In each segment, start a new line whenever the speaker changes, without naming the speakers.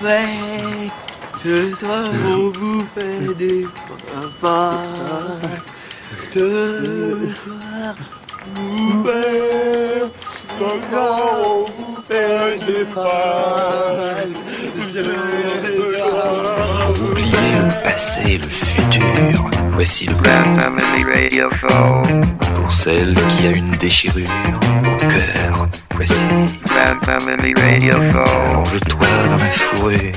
fait, ce soir on vous fait des papas. Ce soir vous fait, ce soir on vous fait des papas. Ce soir,
Oubliez le passé, le futur. Voici le plan pour celle qui a une déchirure au cœur. Voici plonge-toi dans la fourrure.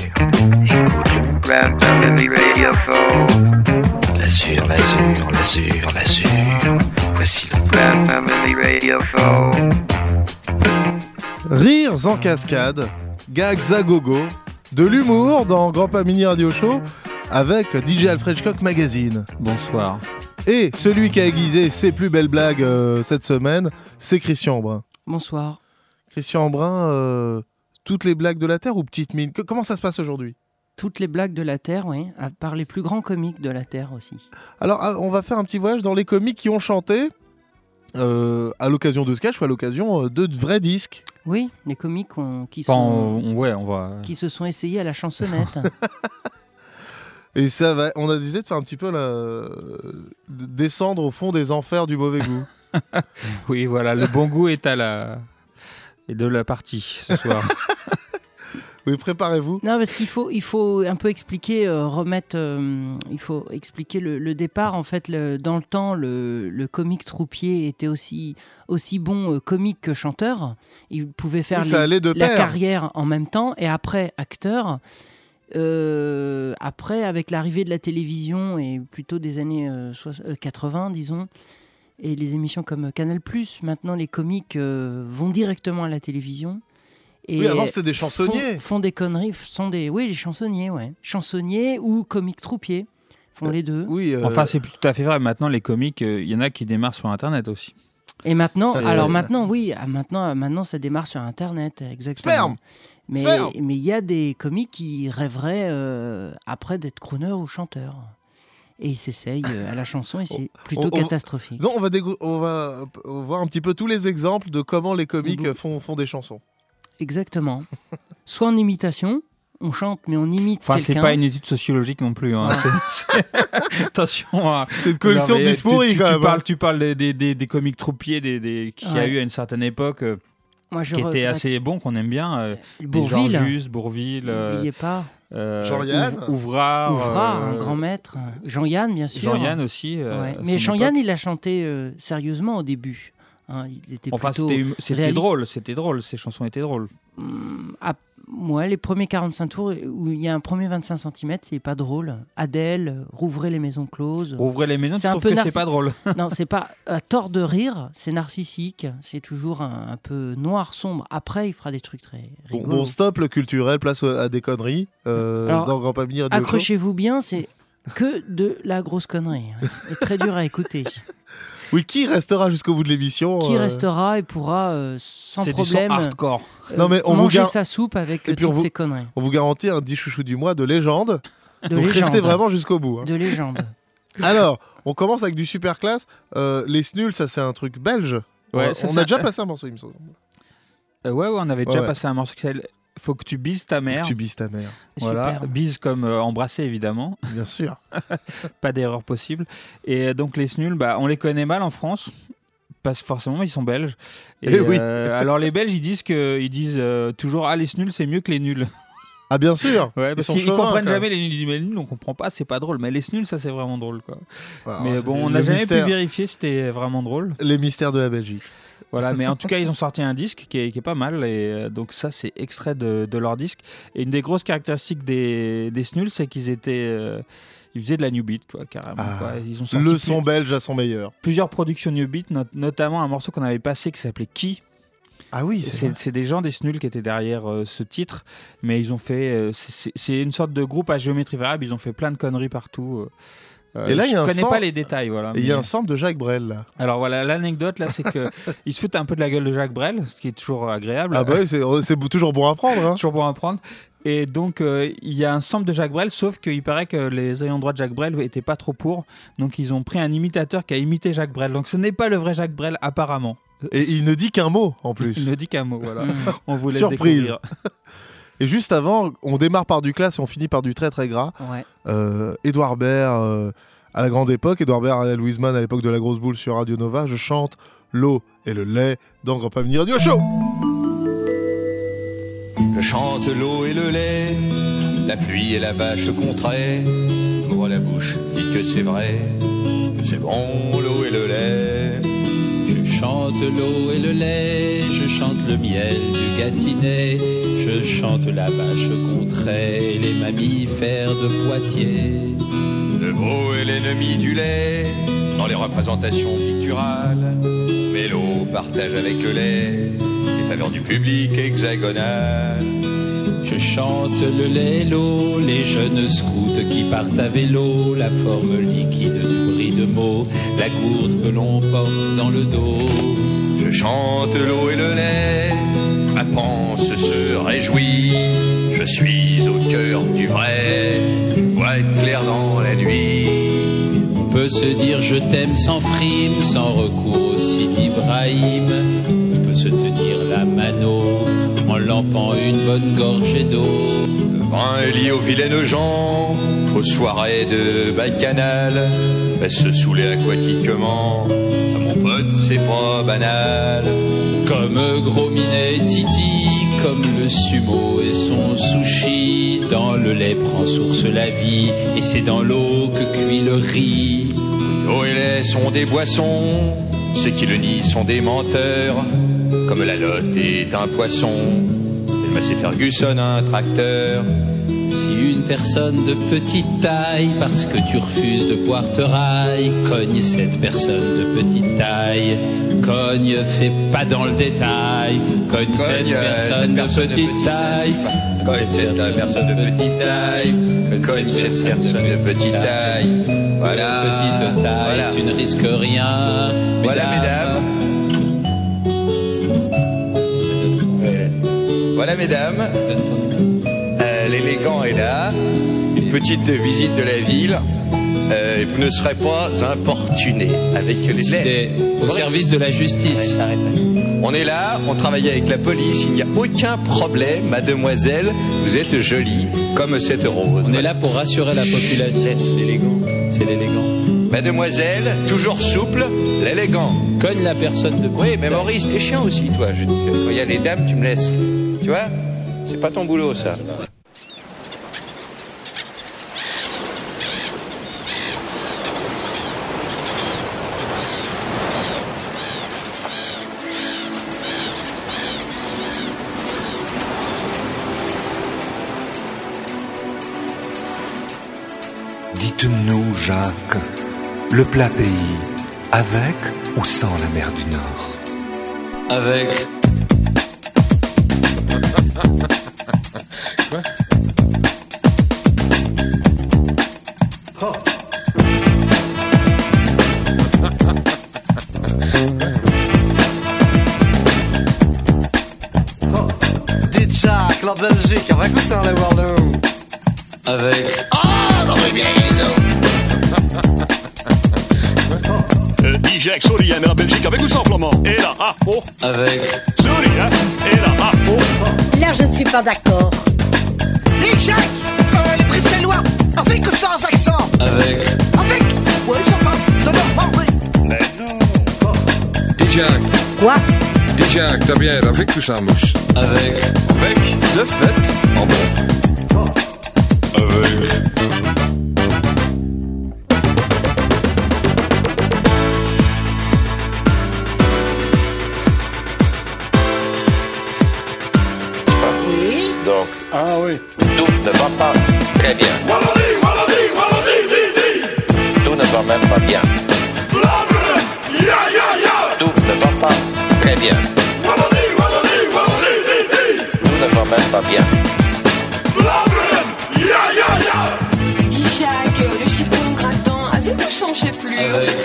Écoute le l'azur, l'azur, l'azur, l'azur. Voici le
Rires en cascade, gags à gogo, de l'humour dans Grand Pas Mini Radio Show avec DJ Alfred Hitchcock Magazine.
Bonsoir.
Et celui qui a aiguisé ses plus belles blagues euh, cette semaine, c'est Christian Embrun.
Bonsoir.
Christian Embrun, euh, toutes les blagues de la Terre ou Petite Mine Que- Comment ça se passe aujourd'hui
Toutes les blagues de la Terre, oui, à part les plus grands comiques de la Terre aussi.
Alors, ah, on va faire un petit voyage dans les comiques qui ont chanté euh, à l'occasion de sketch ou à l'occasion euh, de vrais disques.
Oui, les comiques ont- qui,
Enfin,
sont,
on- ouais, on va.
qui se sont essayés à la chansonnette.
Et ça va, on a décidé de faire un petit peu la... euh, d- descendre au fond des enfers du mauvais goût.
Oui, voilà, le bon goût est à la. Et de la partie ce soir.
Oui, préparez-vous.
non, parce qu'il faut, il faut un peu expliquer, euh, remettre, euh, il faut expliquer le, le départ. En fait, le- dans le temps, le, le comique troupier était aussi, aussi bon euh, comique que chanteur. Il pouvait faire
Oui, ça
les-
allait de
la
pair.
carrière en même temps et après acteur. Euh, après, avec l'arrivée de la télévision et plutôt des années euh, soix- euh, 80, disons, et les émissions comme Canal, maintenant les comiques euh, vont directement à la télévision. Et
Oui, avant c'était des
font-
chansonniers.
Font, des conneries, f- sont des. Oui, les chansonniers, ouais. Chansonniers ou comiques troupiers font
Euh,
les deux.
Oui, euh,
Enfin, c'est plus tout à fait vrai. Maintenant, les comiques, euh, il y en a qui démarrent sur Internet aussi.
Et maintenant,
C'est-
alors maintenant, oui, ah, maintenant, ah, maintenant, ça démarre sur Internet, euh, exactement.
Sperme
Mais
Sperme
mais il y a des comiques qui rêveraient euh, après d'être crooner ou chanteur. Et ils s'essayent euh, à la chanson et c'est plutôt
on- on-
catastrophique.
disons, on va, dégrou- on va euh, p- voir un petit peu tous les exemples de comment les comiques
Mhm.
euh, font, font des chansons.
Exactement. Soit en imitation, on chante mais on imite
Enfin, c'est
quelqu'un.
pas une étude sociologique non plus. hein.
Ouais.
C'est- c'est- Attention à.
C'est une collection
Non,
de
mais, euh,
discours
tu, tu-
quand
tu
même. hein.
parles, tu parles des, des, des, des comiques troupiers des, des, qu'il y a
Ouais.
eu à une certaine époque, euh,
Moi, je
qui étaient
regrette
assez bons, qu'on aime bien. euh, des
Bourvil,
Jean Juste, Bourville, euh,
n'oubliez pas.
euh,
Jean-Yann.
Ouv- Ouvrard.
Ouvrard,
euh,
un grand maître. Jean-Yann, bien sûr.
Jean-Yann aussi. euh,
Ouais.
à
Mais
son
Jean-Yann, il a chanté euh, sérieusement au début. Hein, il était
Enfin,
plutôt...
c'était hum- c'était
réaliste.
drôle, c'était drôle, ces chansons étaient drôles.
Hum, à- ouais, les premiers 45 tours où il y a un premier 25 cm, c'est pas drôle. Adèle, euh, rouvrez les maisons closes.
Rouvrez les maisons, tu
C'est un
trouves
peu
que c'est
narcissique.
pas drôle.
Non, c'est pas à tort de rire, c'est narcissique, c'est toujours un, un peu noir, sombre. Après, il fera des trucs très
Bon,
rigolos.
bon, stop le culturel, place euh, à des conneries euh,
Alors,
dans Grand Pas Mini Radio Show.
Accrochez-vous bien, c'est que de la grosse connerie. ouais. Et très dur à écouter.
Oui, qui restera jusqu'au bout de l'émission
Qui
euh,
restera et pourra euh, sans
C'est du son
problème
hardcore.
euh,
Non, mais on vous
manger
gar-
sa soupe avec
Et
euh,
puis on
toutes
vous-
ces conneries.
On vous garantit un 10 chouchous du mois de légende.
De
donc
légende.
restez vraiment jusqu'au bout. hein.
De légende.
Alors, on commence avec du super classe. Euh, les snuls, ça c'est un truc belge.
Ouais,
on
ça,
on
c'est
a
un-
déjà passé un morceau, il me semble.
Euh, ouais, ouais, on avait
Ouais,
déjà
ouais.
passé un morceau qui s'appelle Faut que tu bises ta mère.
Tu bises ta mère,
Voilà,
Superbe.
bise comme euh, embrasser évidemment,
bien sûr.
pas d'erreur possible. Et euh, donc les snuls, bah, on les connaît mal en France. Parce que forcément, ils sont belges.
Eh oui.
euh, alors, les Belges, ils disent, que, ils disent euh, toujours Ah, les snuls, c'est mieux que les nuls.
Ah, bien sûr.
Ouais,
Ils
parce
sont
qu'ils
chauvins,
comprennent
quand même.
jamais les nuls. Ils disent Mais les nuls, on comprend pas, c'est pas drôle. Mais les snuls, ça, c'est vraiment drôle. Quoi.
Voilà,
mais
Bah, c'est
bon, on
le
n'a jamais
mystère-
pu vérifier si c'était vraiment drôle.
Les mystères de la Belgique.
Voilà, mais en tout cas, ils ont sorti un disque qui est, qui est pas mal. Et euh, donc, ça, c'est extrait de, de leur disque. Et une des grosses caractéristiques des, des Snuls, c'est qu'ils étaient. euh, ils faisaient de la New Beat, quoi, carrément.
Ah,
quoi. Ils ont sorti
Le
plus-
son belge à son meilleur.
plusieurs productions New Beat, not- notamment un morceau qu'on avait passé qui s'appelait Qui.
Ah oui, c'est
C'est c'est des gens des Snuls qui étaient derrière euh, ce titre. Mais ils ont fait. euh, c'est- c'est c'est une sorte de groupe à géométrie variable. Ils ont fait plein de conneries partout. euh.
Et là, il y a
je
un
connais
sang-
pas les détails, voilà.
Et il y
mais-
a un sample de Jacques Brel là.
Alors voilà, l'anecdote là, c'est que il se fout un peu de la gueule de Jacques Brel, ce qui est toujours agréable.
Ah bah oui, c'est c'est toujours bon à prendre. Hein.
toujours pour apprendre. Et donc, euh, il y a un sample de Jacques Brel, sauf qu'il paraît que les ayants droit de Jacques Brel n'étaient pas trop pour. Donc, ils ont pris un imitateur qui a imité Jacques Brel. Donc, ce n'est pas le vrai Jacques Brel, apparemment.
Et il ne dit qu'un mot en
Il
plus. Hmm.
ne dit qu'un mot, voilà.
Mm.
On vous laisse
Surprise.
découvrir.
Et juste avant, on démarre par du classe et on finit par du très très gras.
Ouais.
Euh, Edouard Baird euh, à la grande époque, Edouard Baird à la Louise Mann à l'époque de la grosse boule sur Radio Nova, je chante l'eau et le lait dans Grand Pamini Radio Show.
Je chante l'eau et le lait, la pluie et la vache contraire. M'ouvre la bouche, dis que c'est vrai, que c'est bon l'eau et le lait. Je chante l'eau et le lait, je chante le miel du gâtinais, je chante la vache contraire, les mammifères de Poitiers. Le veau est l'ennemi du lait dans les représentations picturales. Mais l'eau partage avec le lait les faveurs du public hexagonal. Je chante le lait, l'eau, les jeunes scouts qui partent à vélo, la forme liquide du bris de mots, la gourde que l'on porte dans le dos. Je chante l'eau et le lait, ma panse se réjouit, je suis au cœur du vrai, je vois clair dans la nuit. On peut se dire je t'aime sans frime, sans recours au Sidi Ibrahim. On peut se tenir la mano en lampant une bonne gorgée d'eau. Le vin est lié aux vilaines gens, aux soirées de Bacchanal. Ben, se saouler aquatiquement, ça mon pote c'est pas banal. Comme Gros Minet et Titi, comme le sumo et son sushi. Dans le lait prend source la vie, et c'est dans l'eau que cuit le riz. L'eau et lait sont des boissons, ceux qui le nient sont des menteurs. Comme la lotte est un poisson, et Massey Ferguson un tracteur. Si une personne de petite taille, parce que tu refuses de boire te raille, cogne cette personne de petite taille, cogne, fais pas dans le détail, cogne, cette
euh,
personne, de, petite taille,
Cogne cette personne de petite taille.
cogne cette personne de petite taille,
Voilà.
petite taille,
Voilà.
tu ne risques rien,
Voilà, mesdames. Voilà, mesdames. Euh, L'élégant est là.
Une petite visite de la ville.
Euh, vous ne serez pas importunés avec les aides.
Des- au service de la justice.
On est là, on travaille avec la police, il n'y a aucun problème, mademoiselle. Vous êtes jolie comme cette rose.
On est là pour rassurer la population.
l'élégant.
C'est l'élégant.
Mademoiselle, toujours souple, l'élégant.
Cogne la personne de
Oui, mais Maurice, t'es chiant aussi, toi. Je- Quand il y a les dames, tu me laisses. Tu vois C'est pas ton boulot, ça.
Dites-nous, Jacques, le plat pays, avec ou sans la mer du Nord
Avec.
Dites Jacques, la Belgique, avec ou sans les Wallons
Avec.
Ah, Euh, dis Jacques, sorry, hein, mais la Belgique avec ou sans flamand Et là, ah, oh
Avec.
Sorry, hein Et là, ah, oh
Là, je ne suis pas d'accord.
Dites Jacques, euh, les prix de lois, avec ou sans accent
Avec.
Avec Ouais, sans pas, ça va, en vrai
Dijak,
Quoi
Dijak, t'as bien avec ou sans mousse
Avec.
Avec, de fait, en bon. Avec.
Oui
Donc. Ah oui. Tout ne va pas très bien. Tout ne va même pas bien. Tout ne va pas très bien. Tout ne va même pas bien.
Dijac, le citron grattant, avec ou sans, je sais plus.
Avec.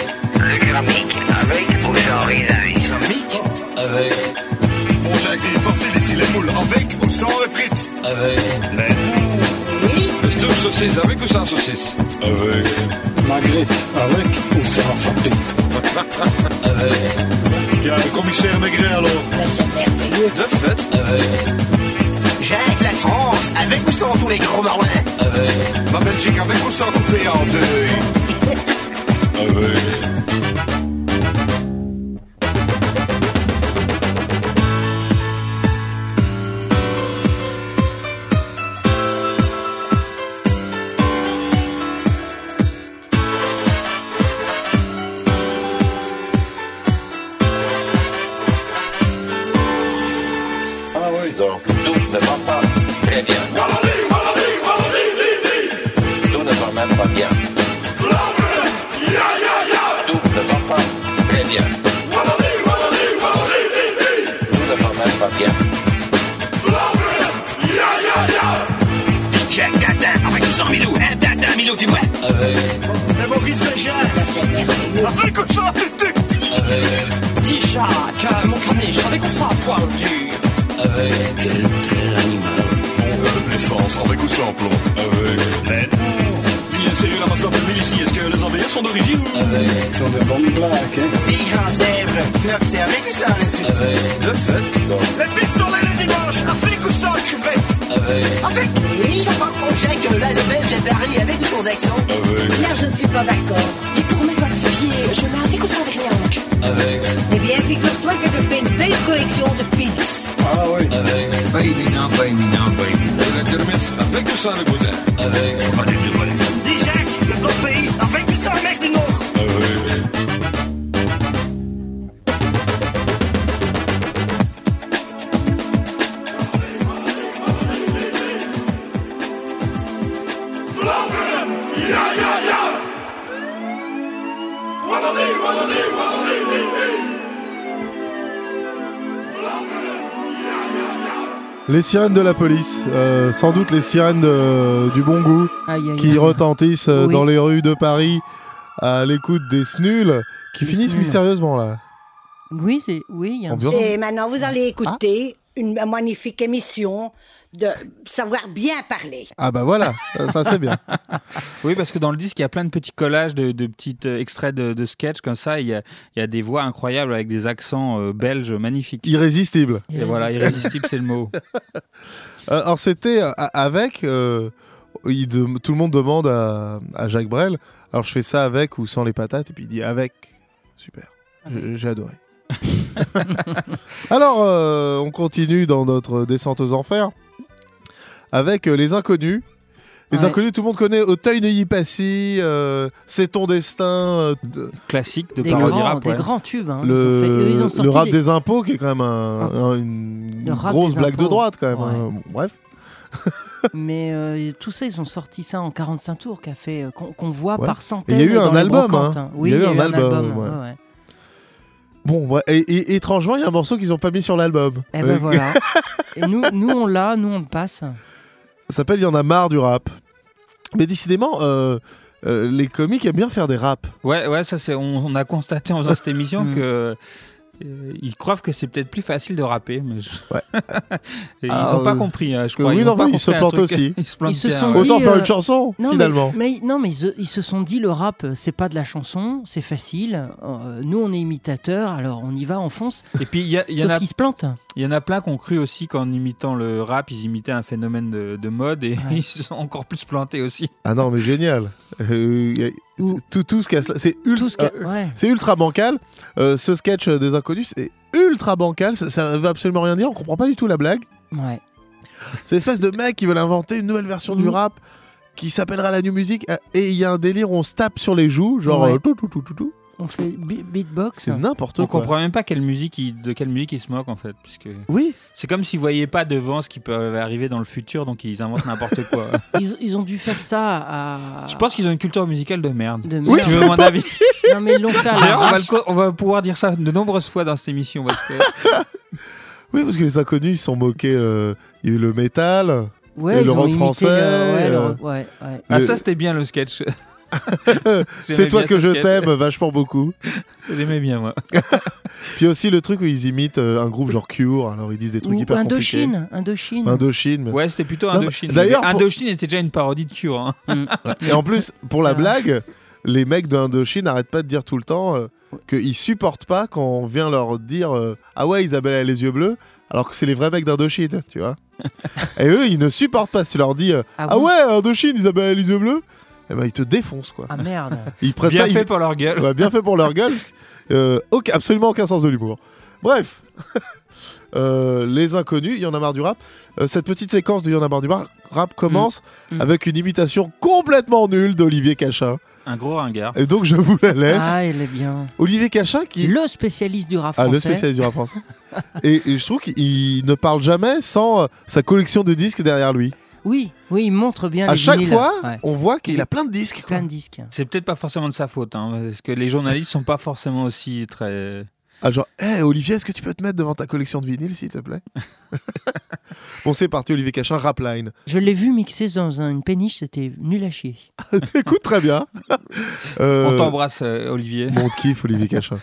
Bon, Jacques, il est forcé d'ici les moules, avec ou sans les frites
Avec.
Le stuff saucisse avec ou sans saucisse Avec.
Avec.
Tiens, le commissaire Maigret, alors
De fait.
Avec.
Jacques, la France
sans tous les gros marouins Avec. La Belgique avec ou sans couper en deux Avec.
Ah oui, donc tout ne va pas très bien. Tout ne va même pas bien. Tout ne va pas très bien. Tout ne va même pas bien.
Jack Tintin, avec 200 Milou, un Tintin Milou, tu vois
Ah
Avec. Le Maurice Béjar Avec ou sans
Ah
Avec. Déjà, qu'à mon carnet, avec ou sans poil dur
Avec. Quel tel animal Avec l'essence, avec ou sans plomb Avec. Mais Bien sûr, la masse de ici, est-ce que les envahisseurs sont d'origine Avec. Ils sont de bonnes blagues, hein
Des grands zèbres, l'observer avec ou sans l'insulte
Avec. Le fait, donc.
Le pistolet le dimanche, avec ou sans cuvette
Avec.
Avec Oui, ça parle au Jack, là, les Belges à Paris, avec ou sans accent Là, je ne suis pas d'accord.
Dis pour mes doigts de ce pied, je mets avec ou sans vernianque
Avec.
Eh bien, figure-toi que je fais une belle collection de pins.
Ah oui. Avec. Baby non, baby non, baby. Et la kermesse avec ou sans le boudin Avec.
Dis Jack, le bon pays, avec ou sans mec du Nord
Les sirènes de la police, euh, sans doute les sirènes de- du bon goût,
Aïe, aïe,
qui
aïe.
retentissent euh,
Oui.
dans les rues de Paris à l'écoute des snuls, qui
Des
finissent
snuls.
mystérieusement là.
Oui, c'est. Oui, il y a un Ah.
Ambiance.
Et maintenant, vous allez écouter une magnifique émission de savoir bien parler.
Ah bah voilà, ça c'est bien.
Oui, parce que dans le disque, il y a plein de petits collages, de, de petits euh, extraits de, de sketchs comme ça. Il y, a, il y a des voix incroyables avec des accents euh, belges magnifiques.
Irrésistible.
Et voilà, irrésistible, c'est le mot.
Euh, alors c'était euh, a- avec. euh, il de- tout le monde demande à, à Jacques Brel. Alors je fais ça avec ou sans les patates et puis il dit avec. Super. Je- J'ai adoré. alors euh, on continue dans notre descente aux enfers avec euh, les inconnus. Les
Ouais.
inconnus, tout le monde connaît Auteuil Neuilly Passy, euh, C'est ton destin. euh, de-
Classique de
Des
parodie
grands-
rap.
des
ouais.
grands tubes, hein. Ils ont fait-
le,
eux, ils ont sorti
le rap
des-
des... impôts qui est quand même un- un- une
Ah. Le rap
grosse
des
blague de
impôts.
droite quand même.
Ouais.
hein. Bon, bref.
Mais euh, tout ça, ils ont sorti ça en 45 tours, qu'a fait, euh, qu'on qu'on voit
Ouais.
par
Et
centaines.
il y a eu
dans
un
les
album.
brocantes,
hein.
hein. Oui,
il y a eu un album. ouais.
ouais, ouais.
Bon, ouais, et, et- étrangement, il y a un morceau qu'ils n'ont pas mis sur l'album.
Eh ben
Euh,
voilà. Et nous, nous on l'a, nous on le passe.
Ça s'appelle Il y en a marre du rap. Mais décidément, euh, euh, les comiques aiment bien faire des raps.
Ouais, ouais, ça c'est. On, on a constaté en faisant cette émission
Hmm.
que. euh, Ils croient que c'est peut-être plus facile de rapper, mais je- Et ils
Ah,
n'ont pas
euh,
compris, hein, je
que
crois.
oui,
ils, ont
non,
pas
mais ils se
compris un
plantent
truc.
aussi.
Ils se plantent
Ils se
bien,
sont
ouais.
dit,
Autant faire
euh,
une chanson,
non, mais-
finalement.
Mais, non, mais ils, ils se sont dit le rap, euh, c'est pas de la chanson, c'est facile. Euh, nous, on est imitateurs, alors on y va, on fonce.
Et puis il y, a- il y en
Sauf
a,
qu'ils se plantent.
il y en a plein qui ont cru aussi qu'en imitant le rap, ils imitaient un phénomène de, de mode et ils se sont encore plus plantés aussi.
Ah non, mais génial. Euh, y a- tout, tout ce qu'il y a- c'est ultra,
qu'il y a- ouais.
c'est ultra bancal. Euh, ce sketch euh, des inconnus, c'est ultra bancal. Ça, ça veut absolument rien dire. On comprend pas du tout la blague.
Ouais. Mhm.
C'est l'espèce de mec qui veulent inventer une nouvelle version du rap qui s'appellera la New Music. euh, Et il y a un délire où on se tape sur les joues, genre
Ouais.
euh, tout, tout, tout, tout, tout.
On fait bi- beatbox.
C'est n'importe
On
quoi.
comprend même pas quelle musique il- de quelle musique ils se moquent en fait, puisque
oui.
C'est comme s'ils voyaient pas devant ce qui peut arriver dans le futur, donc ils inventent n'importe quoi.
Ils, ils ont dû faire ça à.
Je pense qu'ils ont une culture musicale de merde.
De
Si
merde.
tu veux mon avis.
Non, mais ils l'ont fait à
D'ailleurs, on va, le
l'arrache.
co- on va pouvoir dire ça de nombreuses fois dans cette émission. Parce que...
Oui, parce que les inconnus, ils se sont moqués. euh, il y a eu le métal,
Ouais,
il y a eu
ils
le
ont
rock
imité
français.
le- ouais, le
euh,
rock- ouais, ouais.
Ah,
le-
ça, c'était bien le sketch.
c'est toi
bien
que
ce
je
sketch.
t'aime vachement beaucoup.
J'aimais bien, moi.
Puis aussi le truc où ils imitent euh, un groupe genre Cure, alors ils disent des trucs
Ou
hyper compliqués.
Indochine. Indochine.
Indochine. mais-
Ouais, c'était plutôt
Non, mais
Indochine. Ah,
d'ailleurs,
Mais
pour-
Indochine était déjà une parodie de Cure. hein.
Mm.
Et en plus, pour la blague, les mecs de Indochine n'arrêtent pas de dire tout le temps euh, qu'ils supportent pas quand on vient leur dire euh, Ah ouais, Isabelle a les yeux bleus, alors que c'est les vrais mecs d'Indochine, tu vois. Et eux, ils ne supportent pas si tu leur dis euh,
Ah
Ah,
bon
ouais, Indochine, Isabelle, les yeux bleus Eh ben, ils te défoncent, quoi.
Ah merde.
Ils prennent
Bien
ça,
fait
ils-
pour leur gueule.
Ouais, bien fait pour leur gueule. parce que, euh, aucun- absolument aucun sens de l'humour. Bref. Euh, les inconnus, il y en a marre du rap. Euh, cette petite séquence de y en a marre du rap, rap commence
Mm.
avec une imitation complètement nulle d'Olivier Cachin.
Un gros ringard.
Et donc je vous la laisse.
Ah, il est bien.
Olivier Cachin qui
le spécialiste du rap
Ah, le
français.
spécialiste du rap français. et, et je trouve qu'il ne parle jamais sans euh, sa collection de disques derrière lui.
Oui, oui, il montre bien
À
les
chaque
vinyles.
fois,
Ouais.
on voit qu'il a plein de disques.
Plein de disques.
C'est peut-être pas forcément de sa faute, hein, parce que les journalistes sont pas forcément aussi très.
Ah, genre, hé Olivier, est-ce que tu peux te mettre devant ta collection de vinyles, s'il te plaît Bon, c'est parti, Olivier Cachin, Rapline.
Je l'ai vu mixer dans un- une péniche, c'était nul à chier.
Écoute, très bien.
On
Euh,
t'embrasse, euh, Olivier.
Bon, on te kiffe, Olivier Cachin.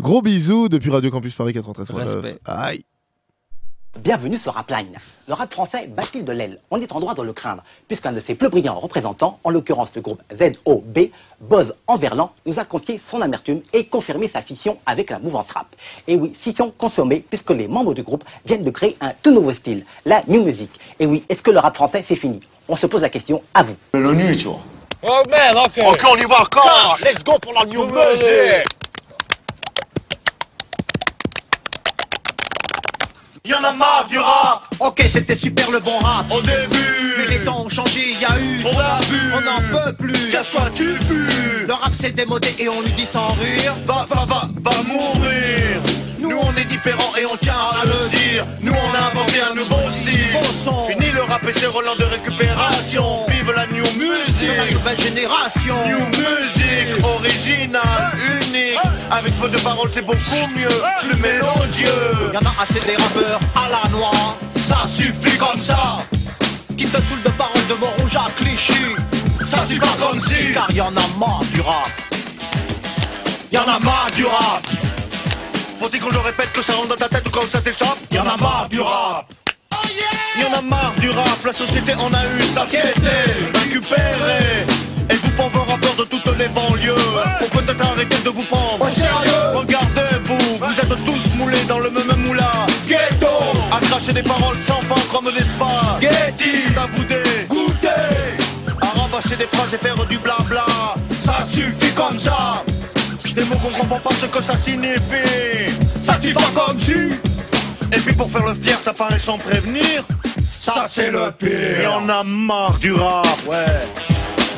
Gros bisous depuis Radio Campus Paris 93.
Respect.
Aïe.
Bienvenue sur Rapline. Le rap français bat-il de l'aile On est en droit de le craindre, puisqu'un de ses plus brillants représentants, en l'occurrence le groupe ZOB, Boz Enverlan, nous a confié son amertume et confirmé sa scission avec la mouvance rap. Et oui, scission consommée, puisque les membres du groupe viennent de créer un tout nouveau style, la new music. Et oui, est-ce que le rap français c'est fini On se pose la question à vous. L'ONU, tu vois.
Oh merde, ok.
Ok, on y va encore.
Let's go pour la new
Ouais.
music. Y'en a marre du rap. Ok, c'était super le bon rap. Au début. Mais les temps ont changé, y a eu. On a vu. On n'en peut plus. Casse-toi, tu pues. Le rap s'est démodé et on lui dit sans rire. Va, va, va, va mourir. Nous on est différents et on tient à le dire. Nous on a inventé un nouveau style. Fini le rap et ses relents de récupération. Vive la new music. La nouvelle génération. New music, originale, unique. Avec peu de paroles c'est beaucoup mieux, plus mélodieux. Y'en a assez des rappeurs à la noix. Ça suffit comme ça. Qui te saoule de paroles de Montrouge à Clichy. Ça suffit pas comme si. Car y'en a marre du rap. Y'en a marre du rap. Faut-il qu'on le répète que ça rentre dans ta tête ou quand ça t'échappe Y'en a marre du rap Y'en a marre du rap, la société en a eu sa fierté Récupérée Et vous pauvres rappeurs de toutes les banlieues Pour peut-être arrêter de vous prendre au sérieux Regardez-vous, vous êtes tous moulés dans le même moulin Ghetto À cracher des paroles sans fin comme des spas Getty C'est à bouder, goûter À rabâcher des phrases et faire du blabla Ça suffit comme ça des mots qu'on comprend pas ce que ça signifie. Ça t'y va comme si. Et puis pour faire le fier, ça paraît sans prévenir. Ça c'est le pire. Et on a marre du rap, ouais.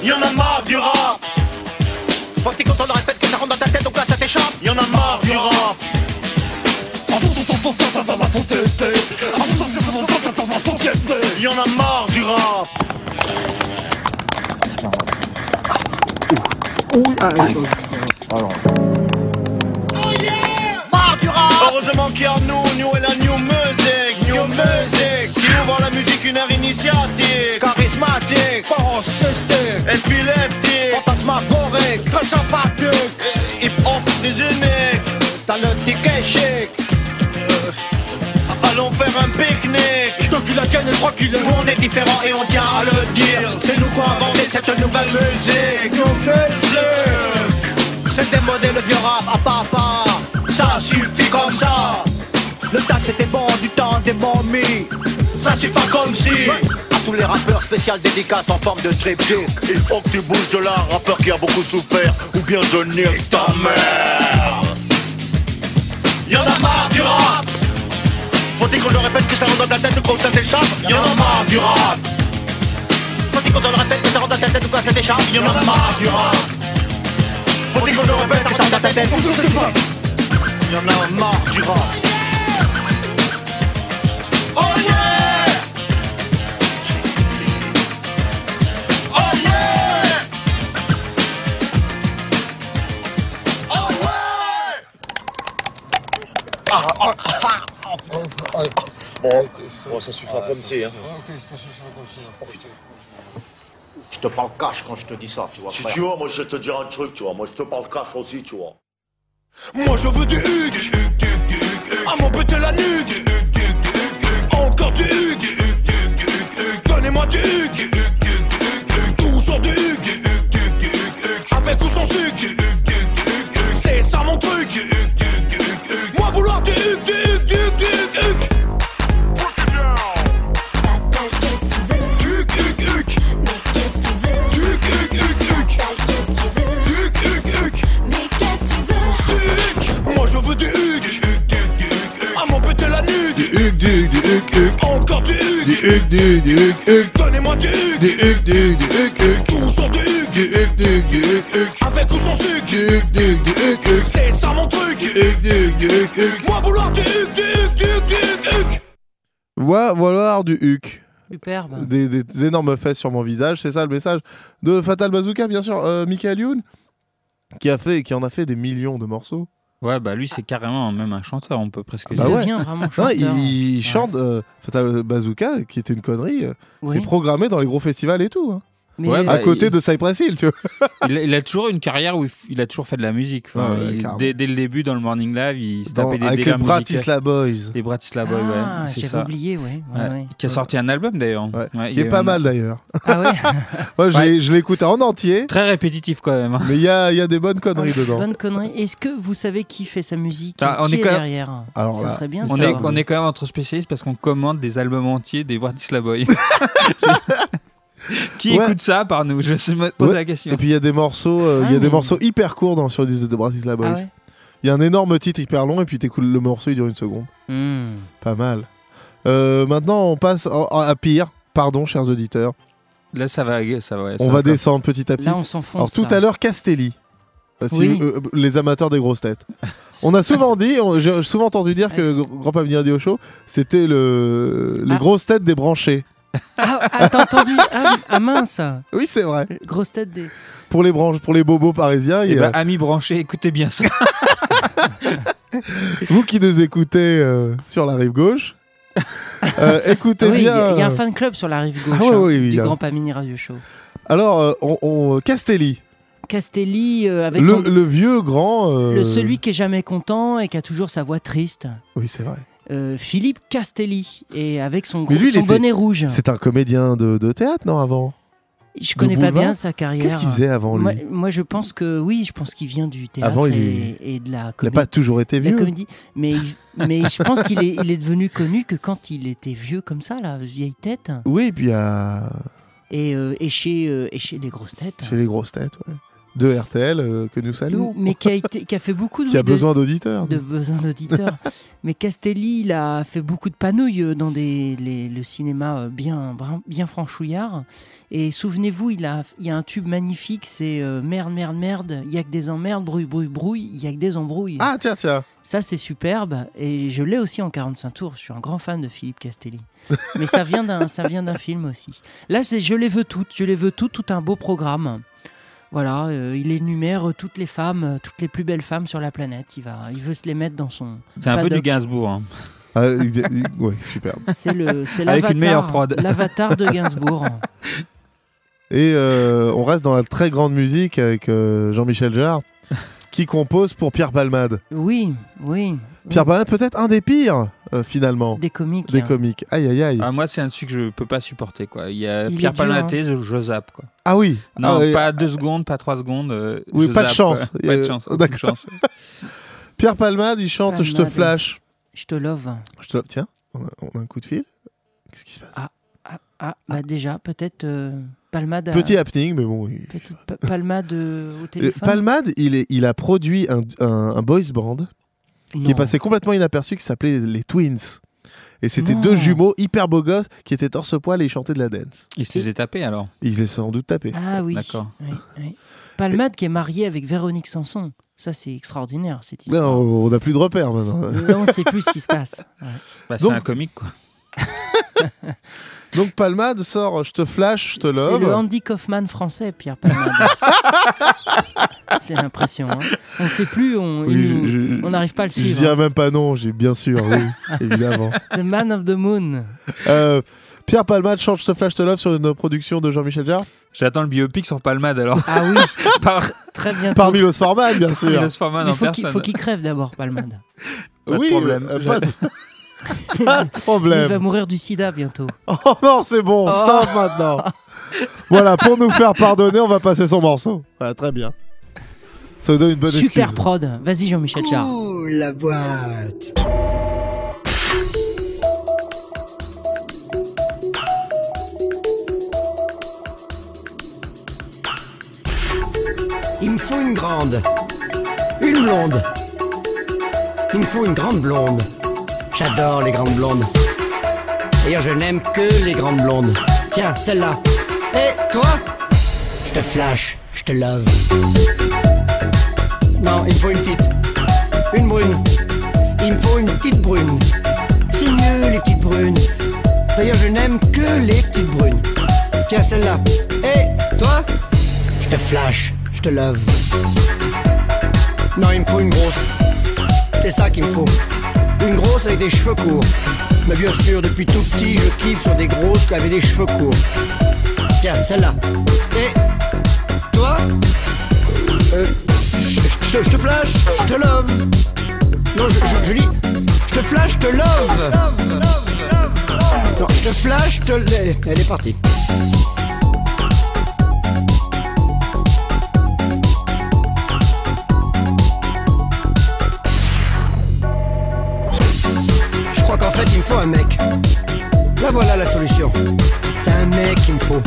Y en a marre du rap. Faut que t'es content de répète que ça rentre dans ta tête, donc là ça t'échappe. Y en a marre du rap. Y en a marre du rap.
ah,
Marre du rap Heureusement qu'il y a nous, nous et la new music, new music Qui ouvre la musique une ère initiatique Charismatique, paroncystique, épileptique Fantasmagorique, très sympathique Hip-hop des uniques, t'as le ticket chic Euh, Allons faire un pique-nique Donc il a gagné, je crois qu'il est On est différents et on tient à le dire C'est nous qui avons inventé cette nouvelle musique C'est démodé le vieux rap à papa Ça suffit comme ça Le tas c'était bon du temps des momies Ça suffit comme si À tous les rappeurs spécial dédicace en forme de triptyque Il faut que tu bouges de là, rappeur qui a beaucoup souffert. Ou bien je nique ta mère.
Y'en a marre du rap Faut-il qu'on le répète que ça rentre dans ta tête ou qu'on ça t'échappe Y'en a marre du rap Faut-il qu'on le répète que ça rentre dans ta tête ou qu'on ça t'échappe Y'en a marre du rap Faut-il qu'on le répète que ça rentre dans ta tête ou qu'on ça t'échappe Y'en a marre du rap Oh yeah Oh yeah
Ah, ah, ah, ah, ah, ah. Bon, bon, ça suffit
Ah,
comme si, hein.
Je te parle cash quand je te dis ça, tu vois.
Si tu veux, moi je vais te dire un truc, tu vois. Moi je te parle cash aussi, tu vois.
Moi je veux du Hugues À m'en péter la nuque Encore du Hugues Donnez-moi du Hugues Toujours du Hugues Avec ou sans sucre C'est ça mon truc Moi vouloir du Hugues du Hugues du Hugues du Hugues huc, duc, du huc, huc. Encore du huc, du huc, du, du huc, huc. Donnez-moi du huc, du huc, du, du huc, huc. Toujours du huc, du huc, du, du huc, huc. Avec ou sans suc, du huc, du, du huc, huc. C'est ça mon truc, du huc, du, du huc, huc. Moi vouloir du huc, du huc, du huc, du huc, huc.
Ouais, voilà du huc.
Superbe.
Des, des énormes fesses sur mon visage, c'est ça le message de Fatal Bazooka, bien sûr. Euh, Michael Youn, qui, a fait, qui en a fait des millions de morceaux.
Ouais, bah lui, c'est carrément même un chanteur, on peut presque
Bah
dire.
ouais. Non, il chante euh, Fatal Bazooka, qui était une connerie. euh,
Oui.
C'est programmé dans les gros festivals et tout. hein.
Mais- Ouais,
à
bah,
côté
il-
de Cypress Hill, tu vois.
Il, a- il a toujours une carrière où il, f- il a toujours fait de la musique. Enfin,
Ouais, ouais,
il-
carrément.
dès, dès le début, dans le Morning Live, il se
Dans-
tapait des
avec les
délires musicaux.
Bratislava Boys.
Les Bratislava Boys,
Ah,
ouais. c'est
j'avais
ça.
oublié, ouais, ouais, ouais.
Qui a sorti un album d'ailleurs. Ouais,
qui
il y
est
a
pas
un-
mal d'ailleurs.
Ah ouais
Moi, je l'ai- je l'écoute en entier.
Très répétitif quand même. hein.
Mais il y a, il y a des bonnes conneries dedans.
Ah Bonne connerie. Est-ce que vous savez qui fait sa musique
Ah,
Qui est,
quand-
derrière Ça serait bien. de
on, est,
savoir.
on est quand même entre spécialistes parce qu'on commande des albums entiers des Bratislava Boys. qui
Ouais.
écoute ça par nous Je me pose
Ouais.
la question.
Et puis il y a des morceaux, euh, il
Ah,
y a des
mais-
morceaux hyper courts dans sur 10 de Bratislava Boys.
Ah
Il
ouais
y a un énorme titre hyper long et puis t'écoutes le morceau, il dure une seconde.
Hmm.
Pas mal. Euh, maintenant, on passe en- en- à pire. Pardon, chers auditeurs.
Là, ça va. Ça va ouais, ça
on
va
va
comme-
descendre petit à petit.
Là, on s'enfonce,
Alors tout
là.
à l'heure, Castelli. Euh, si
Oui.
vous- euh, les amateurs des grosses têtes. on a souvent dit, on- j'ai souvent entendu dire que Gr- Grand Pavillon Radio Show, c'était le, les grosses têtes des branchés.
Ah, t'as entendu ah, ah, mince
Oui, c'est vrai.
Grosse tête des.
Pour les branches, pour les bobos parisiens.
Eh
il y a-
ben, amis branchés, écoutez bien ça.
Vous qui nous écoutez euh, sur la rive gauche, euh, écoutez
Ah Oui, il y
bien.
a- il y, a un
euh,
fan club sur la rive gauche
Ah ouais,
hein,
ouais, il y
du
a-
Grand Pamini Radio Show.
Alors, euh, on, on- Castelli,
Castelli euh, avec
le,
son-
le vieux grand. euh,
le- celui qui est jamais content et qui a toujours sa voix triste.
Oui, c'est vrai.
Euh, Philippe Castelli et avec son,
Mais
gros-
lui, il
son
était-
bonnet rouge.
C'est un comédien de, de théâtre, non, avant
Je
De
connais pas
boulevard
bien sa carrière.
Qu'est-ce qu'il faisait avant, lui
moi, moi, je pense que oui, je pense qu'il vient du théâtre
Avant, il
et,
est-
et de la
Il n'a
comédie.
pas toujours été
de la
vieux.
comédie. Mais, il- mais je pense qu'il est, il est devenu connu que quand il était vieux comme ça, la vieille tête,
Oui, et puis à...
et, euh, et chez, euh, et chez les grosses têtes.
chez les grosses têtes, ouais. de RTL euh, que nous saluons.
Mais qui a, été- qui a fait beaucoup de.
Qui a
de-
besoin d'auditeurs.
De besoin d'auditeurs. mais Castelli, il a fait beaucoup de panouilles euh, dans des, les- le cinéma euh, bien, brin- bien franchouillard. Et souvenez-vous, il, a, il y a un tube magnifique c'est euh, Merde, merde, merde, il y a que des emmerdes, brouille, brouille, brouille, il y a que des embrouilles.
Ah, tiens, tiens.
Ça, c'est superbe. Et je l'ai aussi en 45 tours. Je suis un grand fan de Philippe Castelli. Mais ça vient d'un, ça vient d'un film aussi. Là, c'est Je les veux toutes. Je les veux toutes. Tout un beau programme. Voilà, euh, il énumère toutes les femmes, euh, toutes les plus belles femmes sur la planète. Il, va, il veut se les mettre dans son.
C'est un peu
paddock.
du Gainsbourg. hein.
Ah, il- il- ouais, superbe.
Mm, C'est, le, c'est
Avec une meilleure
l'avatar-
prod.
L'avatar de Gainsbourg.
Et euh, on reste dans la très grande musique avec euh, Jean-Michel Jarre, qui compose pour Pierre Palmade.
Oui, oui.
Pierre Palmade, peut-être un des pires, euh, finalement.
Des comiques.
Des
hein.
comiques. Aïe, aïe, aïe.
Ah, moi, c'est un de ceux que je peux pas supporter. Quoi. Il y a
Il est
Pierre
hein.
dur,
Palmaté, je, je zappe. Quoi.
Ah oui.
Non,
Ah, euh,
pas deux secondes, pas trois secondes. euh,
Oui,
je
pas de
zappe,
chance.
quoi. Pas de
Euh,
chance. aucune
d'accord.
chance.
Pierre Palmade, il chante Je te
Palmade.
flash.
Je te love.
Je te... Tiens, on a, on a un coup de fil. Qu'est-ce qui se passe
Ah, ah, bah déjà, peut-être euh, Palmade. a-
Petit happening, mais bon. il-
Petite pa- Palmade euh, au
Euh,
téléphone.
Palmade, il, est- il a produit un, un- un boys band
Non.
qui est passé complètement inaperçu qui s'appelait les Twins. Et c'était
Non.
Ah.
deux jumeaux hyper beaux gosses qui étaient torse-poil et ils chantaient de la dance.
Il se les est tapés alors.
Ils les sont sans doute tapés.
Ah oui.
D'accord.
oui, oui. Palmade qui est marié avec Véronique Sanson. Ça, c'est extraordinaire, cette
Mais
histoire.
on on n'a plus de repères maintenant.
Là, on ne sait plus ce qui se passe. Ouais.
Bah, c'est
Donc-
un comique. Quoi.
Donc Palmade sort euh, Je te flash, je te
C'est
love.
le Andy Kaufman français, Pierre Palmade. J'ai l'impression. hein. On ne sait plus, on
Oui,
il nous-
je- je-
on n'arrive pas à le
Je
suivre. hein.
dirais même pas non, j'ai bien sûr, oui, évidemment.
The Man of the Moon.
Euh, Pierre Palmade chante Je te flash, je te love sur une production de Jean-Michel Jarre
J'attends le biopic sur Palmade alors.
Ah oui,
Par...
très bien.
Par Milos Forman, bien
Milos
sûr.
Forman
Mais
en
faut qu'il
personne.
faut qu'il crève d'abord, Palmade.
Pas de
oui,
problème.
euh,
Je-
pas de- pas de problème.
Il va mourir du sida bientôt.
Oh non, c'est bon, stop maintenant. voilà, pour nous faire pardonner, on va passer son morceau. Voilà, très bien. Ça nous donne une bonne
Super
excuse.
prod. Vas-y, Jean-Michel Jarre.
Oh, la boîte
Il me faut une grande, une blonde. Il me faut une grande blonde.
J'adore les grandes blondes. D'ailleurs, je n'aime que les grandes blondes. Tiens, celle-là. Et toi Je te flash, je te love. Non, il me faut une petite. Une brune. Il me faut une petite brune. C'est mieux les petites brunes. D'ailleurs, je n'aime que les petites brunes. Tiens, celle-là. Et toi Je te flash, je te love. Non, il me faut une grosse. C'est ça qu'il me faut. Une grosse avec des cheveux courts. Mais bien sûr, depuis tout petit, je kiffe sur des grosses avec des cheveux courts. Tiens, celle-là. Et toi Euh, je- Je je te flash, je te love. Non, je, je, je lis. Je te flash, je te love. Non, je te flash, je te. Elle- Elle est partie. Je crois qu'en fait il me faut un mec. Là voilà la solution. C'est un mec qu'il me faut.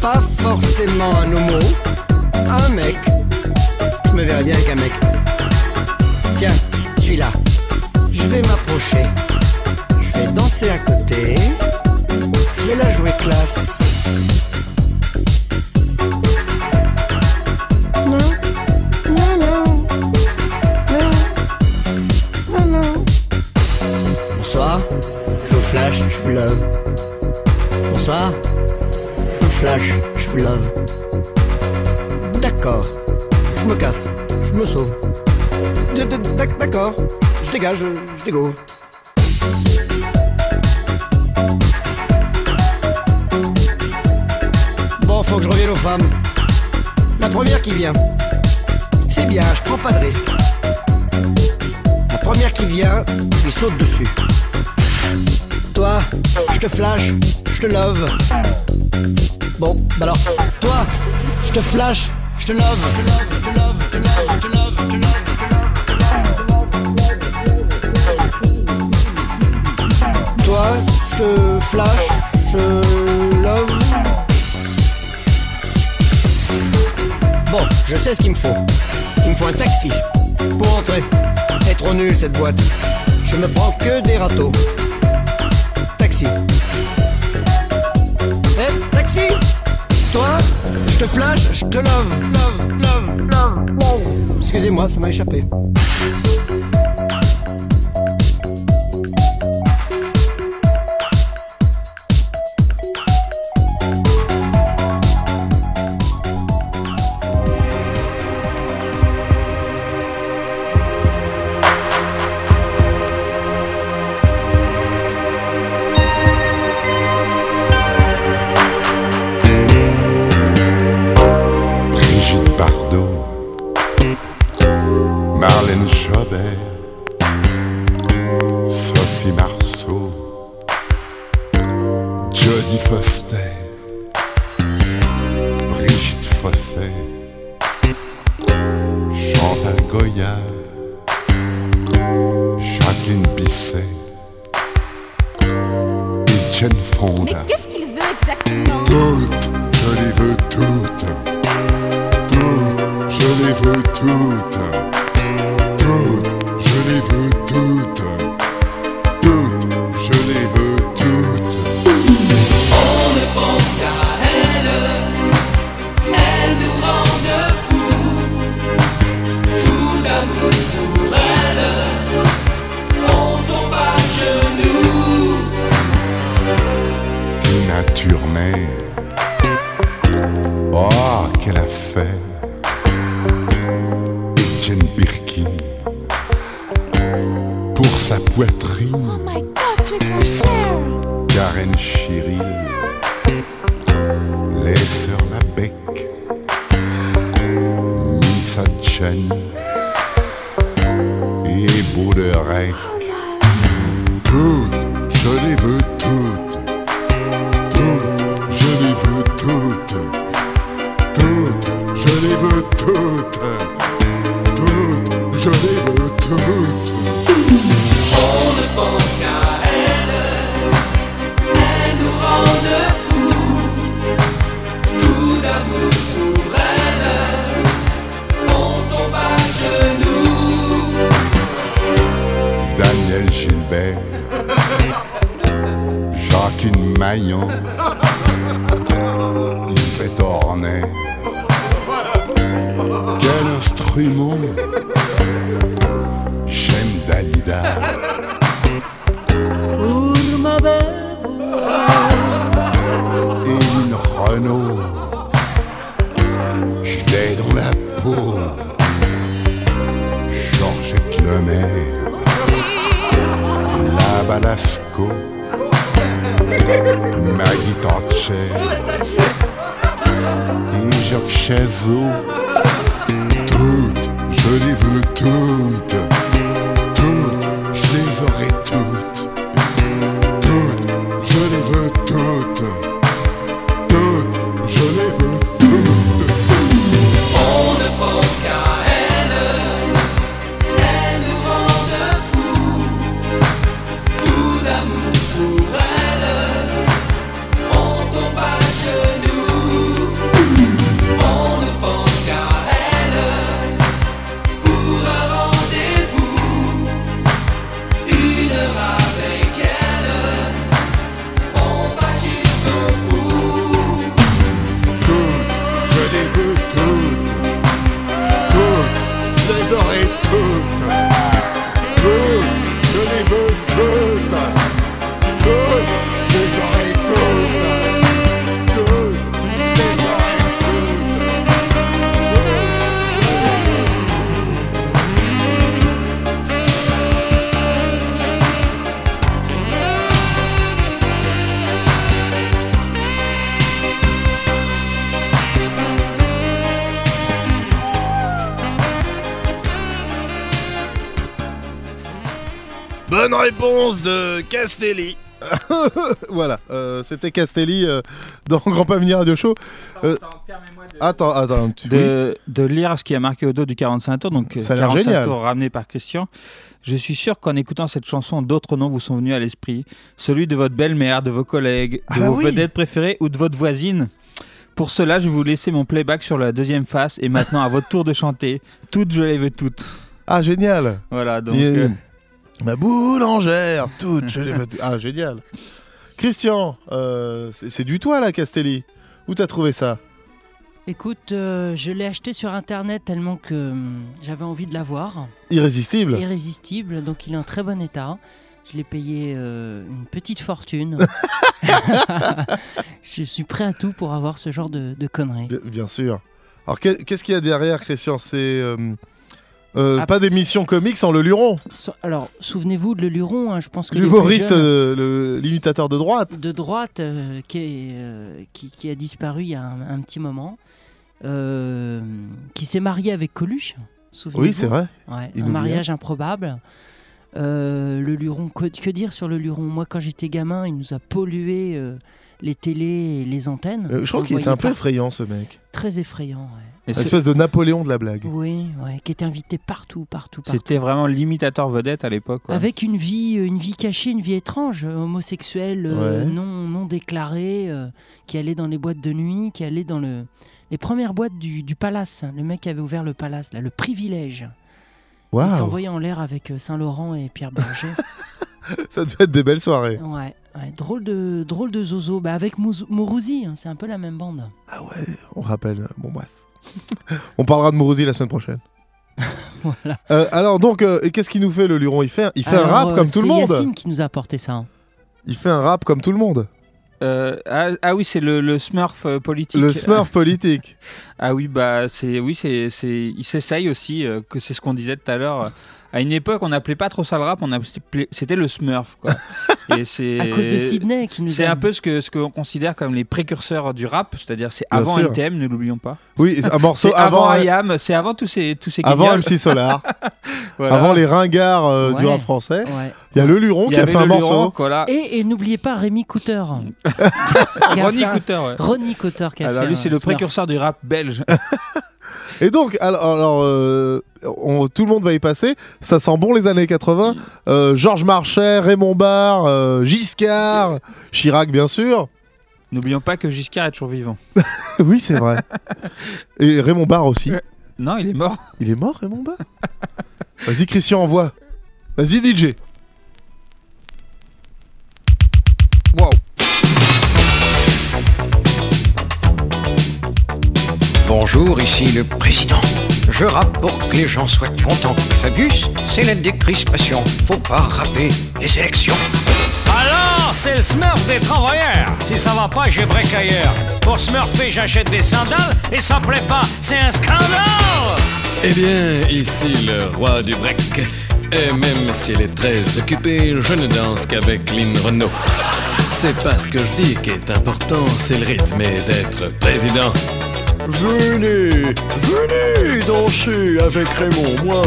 Pas forcément un homo, un mec. Je me verrais bien avec un mec. Tiens, celui-là. Je vais m'approcher. Je vais danser à côté. Je vais la jouer classe. Non, non, non, non. Bonsoir, je vous flash, je vous love. Bonsoir, je vous flash, je vous love. D'accord, je me casse, je me sauve. D- d- d'ac- D'accord, je dégage, je dégove. Bon, faut que je revienne aux femmes. La première qui vient. C'est bien, je prends pas de risque. La première qui vient, je lui saute dessus. Toi, je te flash, je te love. Bon, bah alors, toi, je te flash, je te love. Toi, je te flash, je love. Bon, je sais ce qu'il me faut. Il me faut un taxi pour entrer. Elle est trop nulle cette boîte. Je me prends que des râteaux. Taxi. Eh, taxi Toi, je te flash, je te love. Love, love, love, love. Excusez-moi, ça m'a échappé.
Brigitte Bardot, Marlène Chabert, Sophie Marceau, Jodie Foster, Brigitte Fosset, Chantal Goya, Jacqueline Bisset et Jen Fonda.
Qu'est-ce qu'il veut exactement
Toutes, je les veux toutes. Toutes, je les veux toutes. Toutes, je les veux toutes. Toutes, je les veux toutes.
On ne pense qu'à elle, elle nous rend de fous, fous d'amour pour elle, on tombe à genoux.
Tina Turner. Oh, quelle affaire. Et Jane Birkin. Pour sa poitrine.
Oh my god, tu exagères
Karen Chiril, les sœurs Labec, Missa Chani et Bauderec.
Oh
Toutes, je les veux toutes. Toutes, je les veux toutes. Toutes, je les veux toutes. Toutes, je les veux toutes.
On ne pense qu'à elle, elle nous rend de fous, fous d'amour pour elle, on tombe à genoux.
Dan maillot. Il fait tourner. Quel instrument J'aime Dalida.
Pour ma belle.
Et une Renault. Je l'ai dans la peau. Georgette Lemay. La Balasco. Maggie Thatcher. Et Jacques Chazot. Toutes, je les veux toutes. Toutes, je les aurai toutes. Toutes, je les veux toutes. Toutes, je les veux toutes.
On ne pense qu'à elle, elle nous rend de fous, fous d'amour pour elle, on tombe à genoux, on ne pense qu'à elle, pour un rendez-vous, une heure avec elle, on va jusqu'au bout.
Toutes, je les veux toutes. Toutes, je les aurai toutes. Toutes, je les veux toutes. Toutes, je les aurai toutes. Toutes, je les aurai
Bonne réponse de Castelli. voilà, euh, c'était Castelli euh, dans Grand Pamini Radio Show. Euh, Attends, attends, un petit-
de, de lire ce qui a marqué au dos du 45 tours, donc euh,
Ça a l'air
45
génial.
tours ramené par Christian. Je suis sûr qu'en écoutant cette chanson, d'autres noms vous sont venus à l'esprit. Celui de votre belle-mère, de vos collègues, de
Ah
vos
oui.
vedettes préférées ou de votre voisine. Pour cela, je vais vous laisser mon playback sur la deuxième face et maintenant à votre tour de chanter. Toutes, je les veux toutes.
Ah, génial.
Voilà, donc.
Il y a-
euh,
Ma boulangère, toutes, je les veux toutes. Ah, génial. Christian, euh, c'est c'est du toi là, Castelli. Où t'as trouvé ça
Écoute, euh, je l'ai acheté sur internet tellement que hum, j'avais envie de l'avoir.
Irrésistible.
Irrésistible, donc il est en très bon état. Je l'ai payé euh, une petite fortune. je suis prêt à tout pour avoir ce genre de, de conneries.
Bien, bien sûr. Alors, qu'est- qu'est-ce qu'il y a derrière, Christian C'est euh, euh, pas des missions comiques sans le Luron.
Ah. So- Alors, souvenez-vous de Le Luron, hein, je pense que. les plus
L'humoriste,
jeunes-
euh, le- l'imitateur de droite.
de droite euh, qui, est, euh, qui, qui a disparu il y a un, un petit moment, euh, qui s'est marié avec Coluche. souvenez-vous.
Oui, c'est vrai.
Ouais, un
Inoubliable.
mariage improbable. Euh, le Luron, que, que dire sur le Luron Moi, quand j'étais gamin, il nous a pollué euh, les télés et les antennes.
Euh, je
On
crois
le
qu'il était
voyait
un peu
pas.
effrayant, ce mec.
Très effrayant, ouais.
Et
Une
c'est-
espèce de Napoléon de la blague.
Oui, ouais, qui était invité partout, partout, partout.
C'était vraiment l'imitateur vedette à l'époque. quoi.
Avec une vie, euh, une vie cachée, une vie étrange, euh, homosexuelle, euh,
Ouais.
non, non déclarée, euh, qui allait dans les boîtes de nuit, qui allait dans le, les premières boîtes du, du palace. hein. Le mec qui avait ouvert le palace, là, le privilège.
Waouh.
Il s'envoyait en l'air avec euh, Saint-Laurent et Pierre Berger.
Ça devait être des belles soirées.
ouais, ouais, drôle, de, drôle de zozo. Bah, avec Mouz- Mourouzi, hein, c'est un peu la même bande.
Ah
On rappelle. euh, Bon, bref. On parlera de Mourouzi la semaine prochaine.
Voilà.
Euh, alors, donc, euh, et qu'est-ce qu'il nous fait, le Luron Il fait, il fait un
Alors,
rap
euh,
comme tout le
c'est
monde.
Yacine qui nous a apporté ça.
Il fait un rap comme tout le monde.
Euh, ah, ah oui, c'est le, le Smurf euh, politique.
Le Smurf politique.
ah oui, bah c'est oui, c'est c'est il s'essaye aussi euh, que c'est ce qu'on disait tout à l'heure. À une époque, on n'appelait pas trop ça le rap, on appelait- c'était le Smurf quoi. Et c'est
À cause de Sydney qui nous
C'est
a-
un peu ce que ce qu'on considère comme les précurseurs du rap, c'est-à-dire c'est
Bien
avant
sûr.
NTM, ne l'oublions pas.
Oui, c'est un morceau
C'est avant,
avant- euh,
IAM, c'est avant tous ces tous ces
Avant
guignols.
MC Solar.
Voilà.
Avant les ringards euh, du
Ouais.
rap français. Il y a le Luron
Il y
qui a
avait
fait un
le
morceau.
Luron, voilà.
Et, et n'oubliez pas Rémi Couter.
Ronnie Couter, ouais.
Ronnie Couter qui a
Alors
fait
lui,
un
c'est le
hein, Smurf.
précurseur du rap belge.
Et donc, alors, alors, euh, on- tout le monde va y passer. Ça sent bon les années 80.
Mm.
Euh, Georges Marchais, Raymond Barre, euh, Giscard, Chirac, bien sûr.
N'oublions pas que Giscard est toujours vivant.
oui, c'est vrai. Et Raymond Barre aussi.
Non, il est mort.
Il est mort, Raymond Barre Vas-y, Christian, envoie. Vas-y, DJ.
Wow.
Bonjour, ici le président. Je rappe pour que les gens soient contents. Fabius, c'est la décrispation. Faut pas rapper les élections.
Alors, c'est le smurf des travailleurs. Si ça va pas, j'ai break ailleurs. Pour smurfer, j'achète des sandales et ça plaît pas, c'est un scandale.
Eh bien, ici le roi du break. Et même si elle est très occupée, je ne danse qu'avec Lynn Renault. C'est pas ce que je dis qui est important, c'est le rythme et d'être président.
Venez, venez danser avec Raymond. Moi,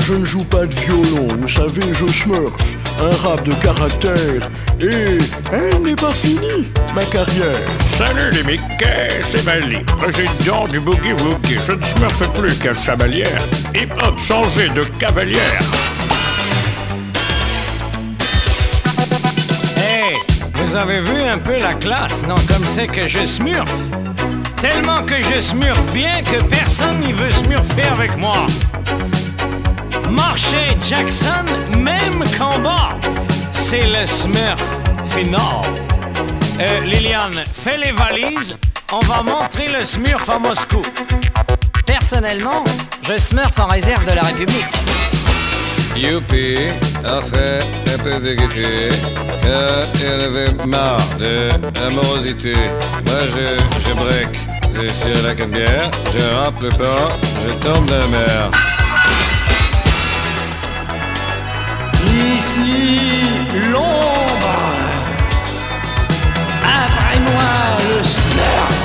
je ne joue pas de violon, vous savez, je smurf. Un rap de caractère et elle n'est pas finie, ma carrière.
Salut les Mickey, c'est Mali, président du Boogie Woogie. Je ne smurfe plus qu'un chamalière. Hip hop changé de cavalière.
Hey, vous avez vu un peu la classe, non Comme c'est que je smurf Tellement que je smurfe bien que personne n'y veut smurfer avec moi Marché Jackson, même combat C'est le smurf final Euh, Liliane, fais les valises, on va montrer le smurf à Moscou
Personnellement, je smurf en réserve de la République.
Youpi a fait un peu de gaieté, car elle avait marre de l'amorosité. Moi je, je break, je suis à la canebière, je rappe le pas, je tombe dans la mer.
Ici, l'ombre Après moi, le smurf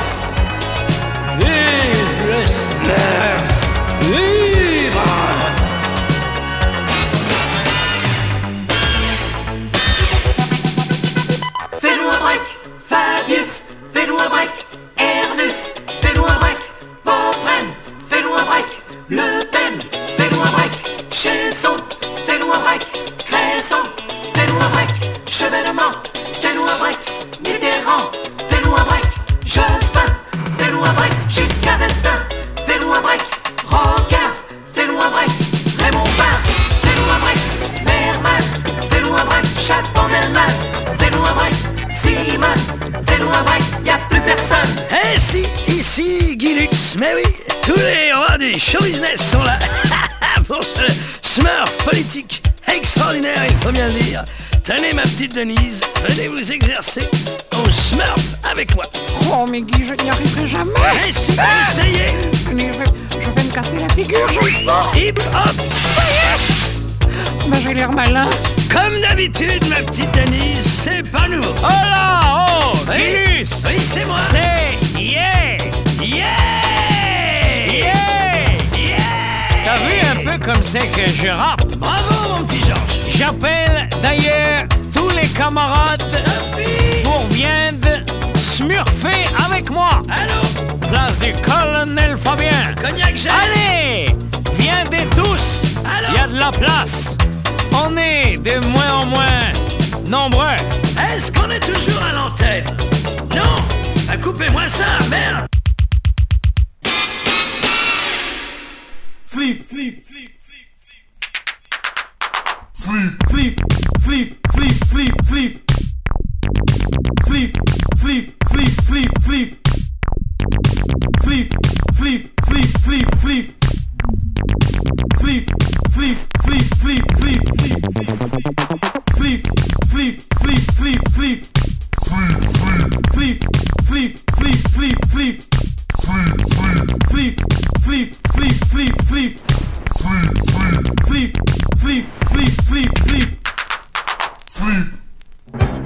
Vive le smurf Libre
Fais-nous un break, Fabius, fais-nous un break, Ernus, fais-nous un break, Pomprenne, fais-nous un break, Le Pen, fais-nous un break, Chesson, fais-nous un break, Cresson, fais-nous un break, Chevènement, fais-nous un break, Mitterrand, fais-nous un break, Jospin, fais-nous un break, Giscard d'Estaing, fais-nous un break, Rocard, fais-nous un break, Raymond Barre, fais-nous un break, Mermas, fais-nous un break, Chaton Mermas, fais-nous un break, Simon, fais-nous un break, y'a plus personne.
Eh si, ici Guy Lux, mais oui, tous les rois du show business sont là pour ce smurf politique extraordinaire, il faut bien le dire. Tenez ma petite Denise, venez vous exercer au smurf avec moi. Oh mais Guy, je n'y arriverai jamais. Eh si, essayez. Je, vais me casser la figure, je Hip hop, ça y est. Bah, j'ai l'air malin. Comme d'habitude, ma petite Denise, c'est pas nouveau. Oh là, oh, oui, oui, c'est moi. C'est yeah, yeah,
yeah. T'as vu un peu comme c'est que je rappe Bravo mon petit Georges J'appelle d'ailleurs tous les camarades pour viennent smurfer avec moi Allô Place du colonel Fabien Cognac Allez Viendez tous Allô Il y a de la place On est de moins en moins nombreux
Est-ce qu'on est toujours à l'antenne Non Ah, Coupez-moi ça, merde
Sleep, sleep, sleep, sleep, sleep, sleep, sleep, sleep, sleep, sleep, sleep, sleep, sleep, sleep, sleep, sleep, sleep, sleep, sleep, sleep, sleep, sleep, sleep, sleep, sleep, sleep, sleep, sleep, sleep, sleep, sleep, sleep, sleep, sleep, sleep, sleep, sleep, sleep, sleep, sleep, sleep, sleep, sleep, sleep, sleep, sleep, sleep, sleep, sleep.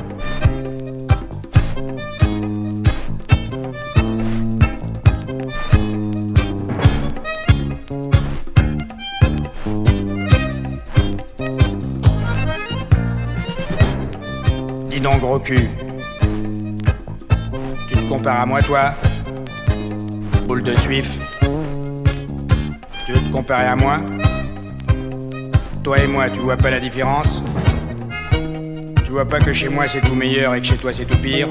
Dis donc, gros cul. Tu te compares à moi, toi Boule de suif. Tu veux te comparer à moi Toi et moi, tu vois pas la différence Tu vois pas que chez moi c'est tout meilleur et que chez toi c'est tout pire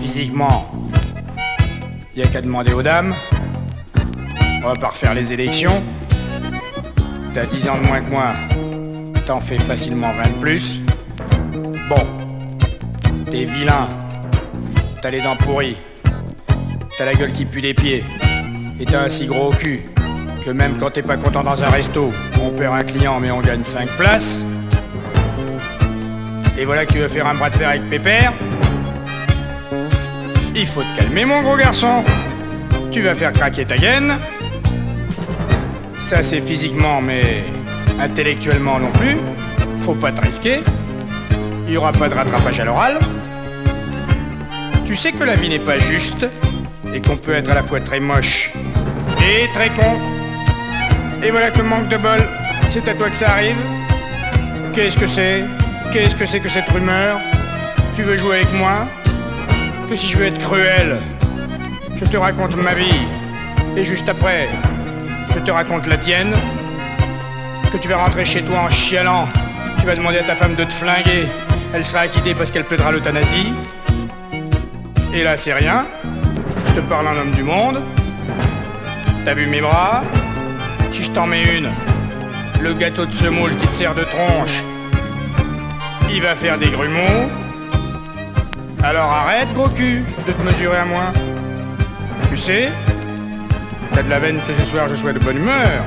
Physiquement, y a qu'à demander aux dames. On va pas refaire les élections. T'as 10 ans de moins que moi, t'en fais facilement 20 de plus. Bon, t'es vilain, t'as les dents pourries, T'as la gueule qui pue des pieds. Et t'as un si gros cul que même quand t'es pas content dans un resto, on perd un client mais on gagne 5 places. Et voilà que tu veux faire un bras de fer avec Pépère. Il faut te calmer mon gros garçon. Tu vas faire craquer ta gaine. Ça c'est physiquement mais intellectuellement non plus. Faut pas te risquer. Il y aura pas de rattrapage à l'oral. Tu sais que la vie n'est pas juste et qu'on peut être à la fois très moche et très con. Et voilà que manque de bol, c'est à toi que ça arrive. Qu'est-ce que c'est Qu'est-ce que c'est que cette rumeur Tu veux jouer avec moi Que si je veux être cruel, je te raconte ma vie. Et juste après, je te raconte la tienne. Que tu vas rentrer chez toi en chialant. Tu vas demander à ta femme de te flinguer. Elle sera acquittée parce qu'elle plaidera l'euthanasie. Et là, c'est rien. Je te parle un homme du monde. T'as vu mes bras Si je t'en mets une, le gâteau de semoule qui te sert de tronche, il va faire des grumeaux. Alors arrête, gros cul, de te mesurer à moi. Tu sais, t'as de la veine que ce soir je sois de bonne humeur.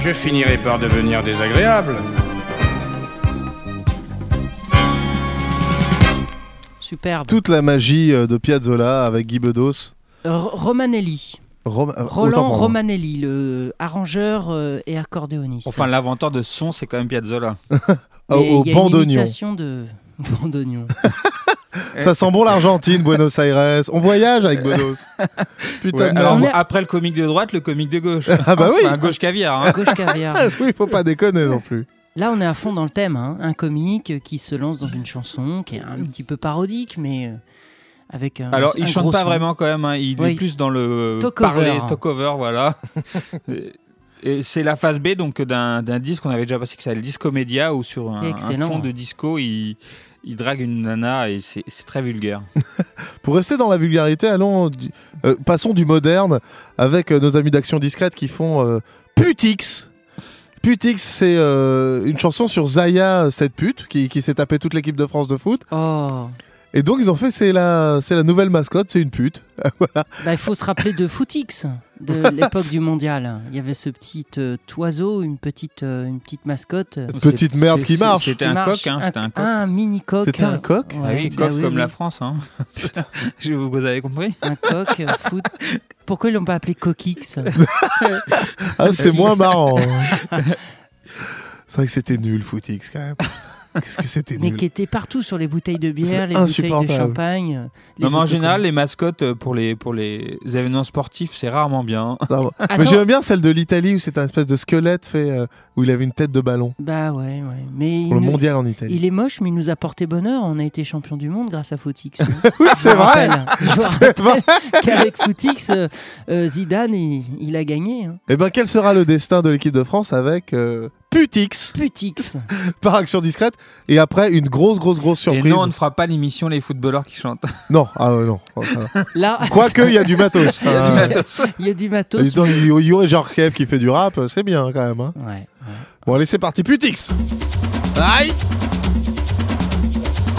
Je finirai par devenir désagréable.
Superbe.
Toute la magie euh, de Piazzolla avec Guy Bedos.
R- Romanelli.
Rom- euh, autant
Roland
pour moi.
Romanelli, le arrangeur euh, et accordéoniste.
Enfin, l'inventeur de son, c'est quand même Piazzolla.
Au-
Et
au
il y a
banc
une
d'oignon.
imitation de Bandonion.
Ça sent bon l'Argentine, Buenos Aires. On voyage avec Bedos. Putain
Ouais,
de
alors,
merde.
bon, après le comique de droite, le comique de gauche.
Ah bah oui.
Enfin, gauche caviar. hein.
Gauche Ah, carrière.
oui, faut pas déconner non plus.
Là, on est à fond dans le thème. hein. Un comique qui se lance dans une chanson qui est un petit peu parodique, mais euh, avec un.
Alors,
un
il chante
gros
pas
son.
vraiment quand même. hein. Il
Oui.
est plus dans le
Talk
parler,
over.
talk over, voilà. Et- Et c'est la phase B donc d'un d'un disque qu'on avait déjà passé qui s'appelle Discomédia où sur un, un
Excellent. hein.
fond de disco il, il drague une nana et c'est c'est très vulgaire.
Pour rester dans la vulgarité, allons du- euh, passons du moderne avec euh, nos amis d'Action Discrète qui font euh, Putix. Putix, c'est euh, une chanson sur Zaya, euh, cette pute, qui, qui s'est tapée toute l'équipe de France de foot.
Oh.
Et donc ils ont fait, c'est la, c'est la nouvelle mascotte, c'est une pute. Voilà.
Bah, il faut se rappeler de Footix, de l'époque du mondial. Il y avait ce petit euh, oiseau, une petite, euh, une petite mascotte.
Petite C'est- merde qui c'est- marche.
c'était un coq, hein, c'était un coq.
mini coq.
C'était un coq
Ah oui, coq comme la
France.
France. Hein. Je- vous, vous avez compris
Un coq, euh, foot. Pourquoi ils l'ont pas appelé Coquix
Ah, c'est moins marrant. hein. c'est vrai que c'était nul, Footix, quand même. Putain, Qu'est-ce que c'était
Mais
nul.
qui était partout sur les bouteilles de
C'est
bière, les bouteilles de
insupportable.
champagne. les
Non, mais en
autocollants.
général, les mascottes euh, pour les, pour les événements sportifs, c'est rarement bien.
Ça va. Mais j'aime bien celle de l'Italie où c'est un espèce de squelette fait euh, où il avait une tête de ballon.
Bah ouais, ouais. Mais
Pour
il
le
nous-
mondial en Italie.
Il est moche, mais il nous a porté bonheur. On a été champion du monde grâce à Footix. hein.
oui, c'est vrai.
C'est vrai. Qu'avec Footix, euh, euh, Zidane, il, il a gagné. hein.
Eh bien, quel sera le destin de l'équipe de France avec euh, Putix
Putix
Par action discrète. Et après, une grosse, grosse, grosse surprise.
Et non, on ne fera pas l'émission Les footballeurs qui chantent.
Non, ah ouais, non. Oh, ça va.
Là,
Quoique, il y a du matos.
Il y a du
Ah.
matos.
Il y a du
Et dis
matos.
donc, Il y- il y aurait genre Kev qui fait du rap, c'est bien quand même. hein. Bon, allez, c'est parti, Putix
Aïe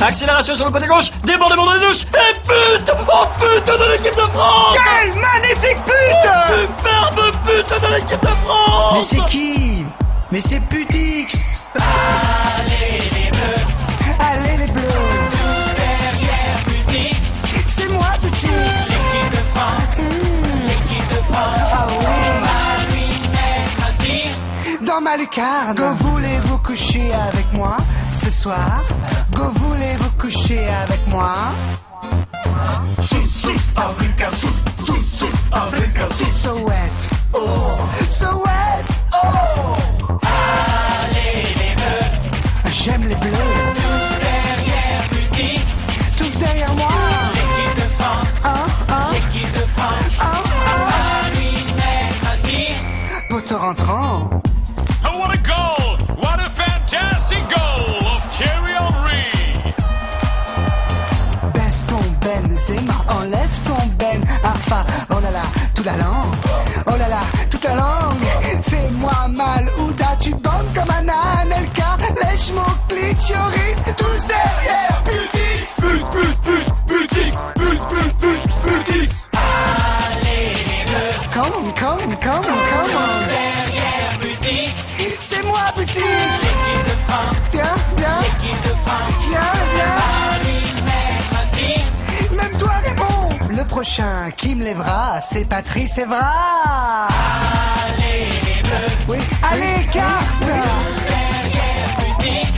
Accélération sur le côté gauche, débordement dans les douches, et pute Oh pute de l'équipe de France Quelle magnifique pute Superbe pute de l'équipe de France
Mais c'est qui Mais c'est Putix Allez les bleus Allez les bleus Tous derrière Putix C'est moi Putix L'équipe de France L'équipe de France Ah oui On va lui mettre un tir Dans ma lucarne Go voulez-vous coucher avec moi ce soir Go voulez-vous coucher avec moi Sous, sous, Africa, sous, sous, sous, Africa, sous So wet, oh, so wet, oh Allez les bleus J'aime les bleus Tous derrière Putix Tous derrière moi L'équipe de France L'équipe de France Va lui mettre un tir Poteau rentrant
Oh, what a goal! What a fantastic goal of Thierry Henry!
Baisse ton ben, Zema, enlève ton ben, Arfa, oh là là, tout la langue, oh là là, toute la langue, fais-moi mal, Ouda, tu bandes comme un Anelka, lèche mon clitoris, tous derrière, Putix, put, put, put, Putix, put, put, put, Tous derrière Butix. C'est moi, Butix. L'équipe de France. Viens, viens. L'équipe de France. Viens, viens. Va lui mettre un tir. Même toi, Raymond.
Le prochain qui me lèvera, c'est Patrice Evra.
Allez, les bleus.
Oui, allez,
Tous
carte.
derrière Butix.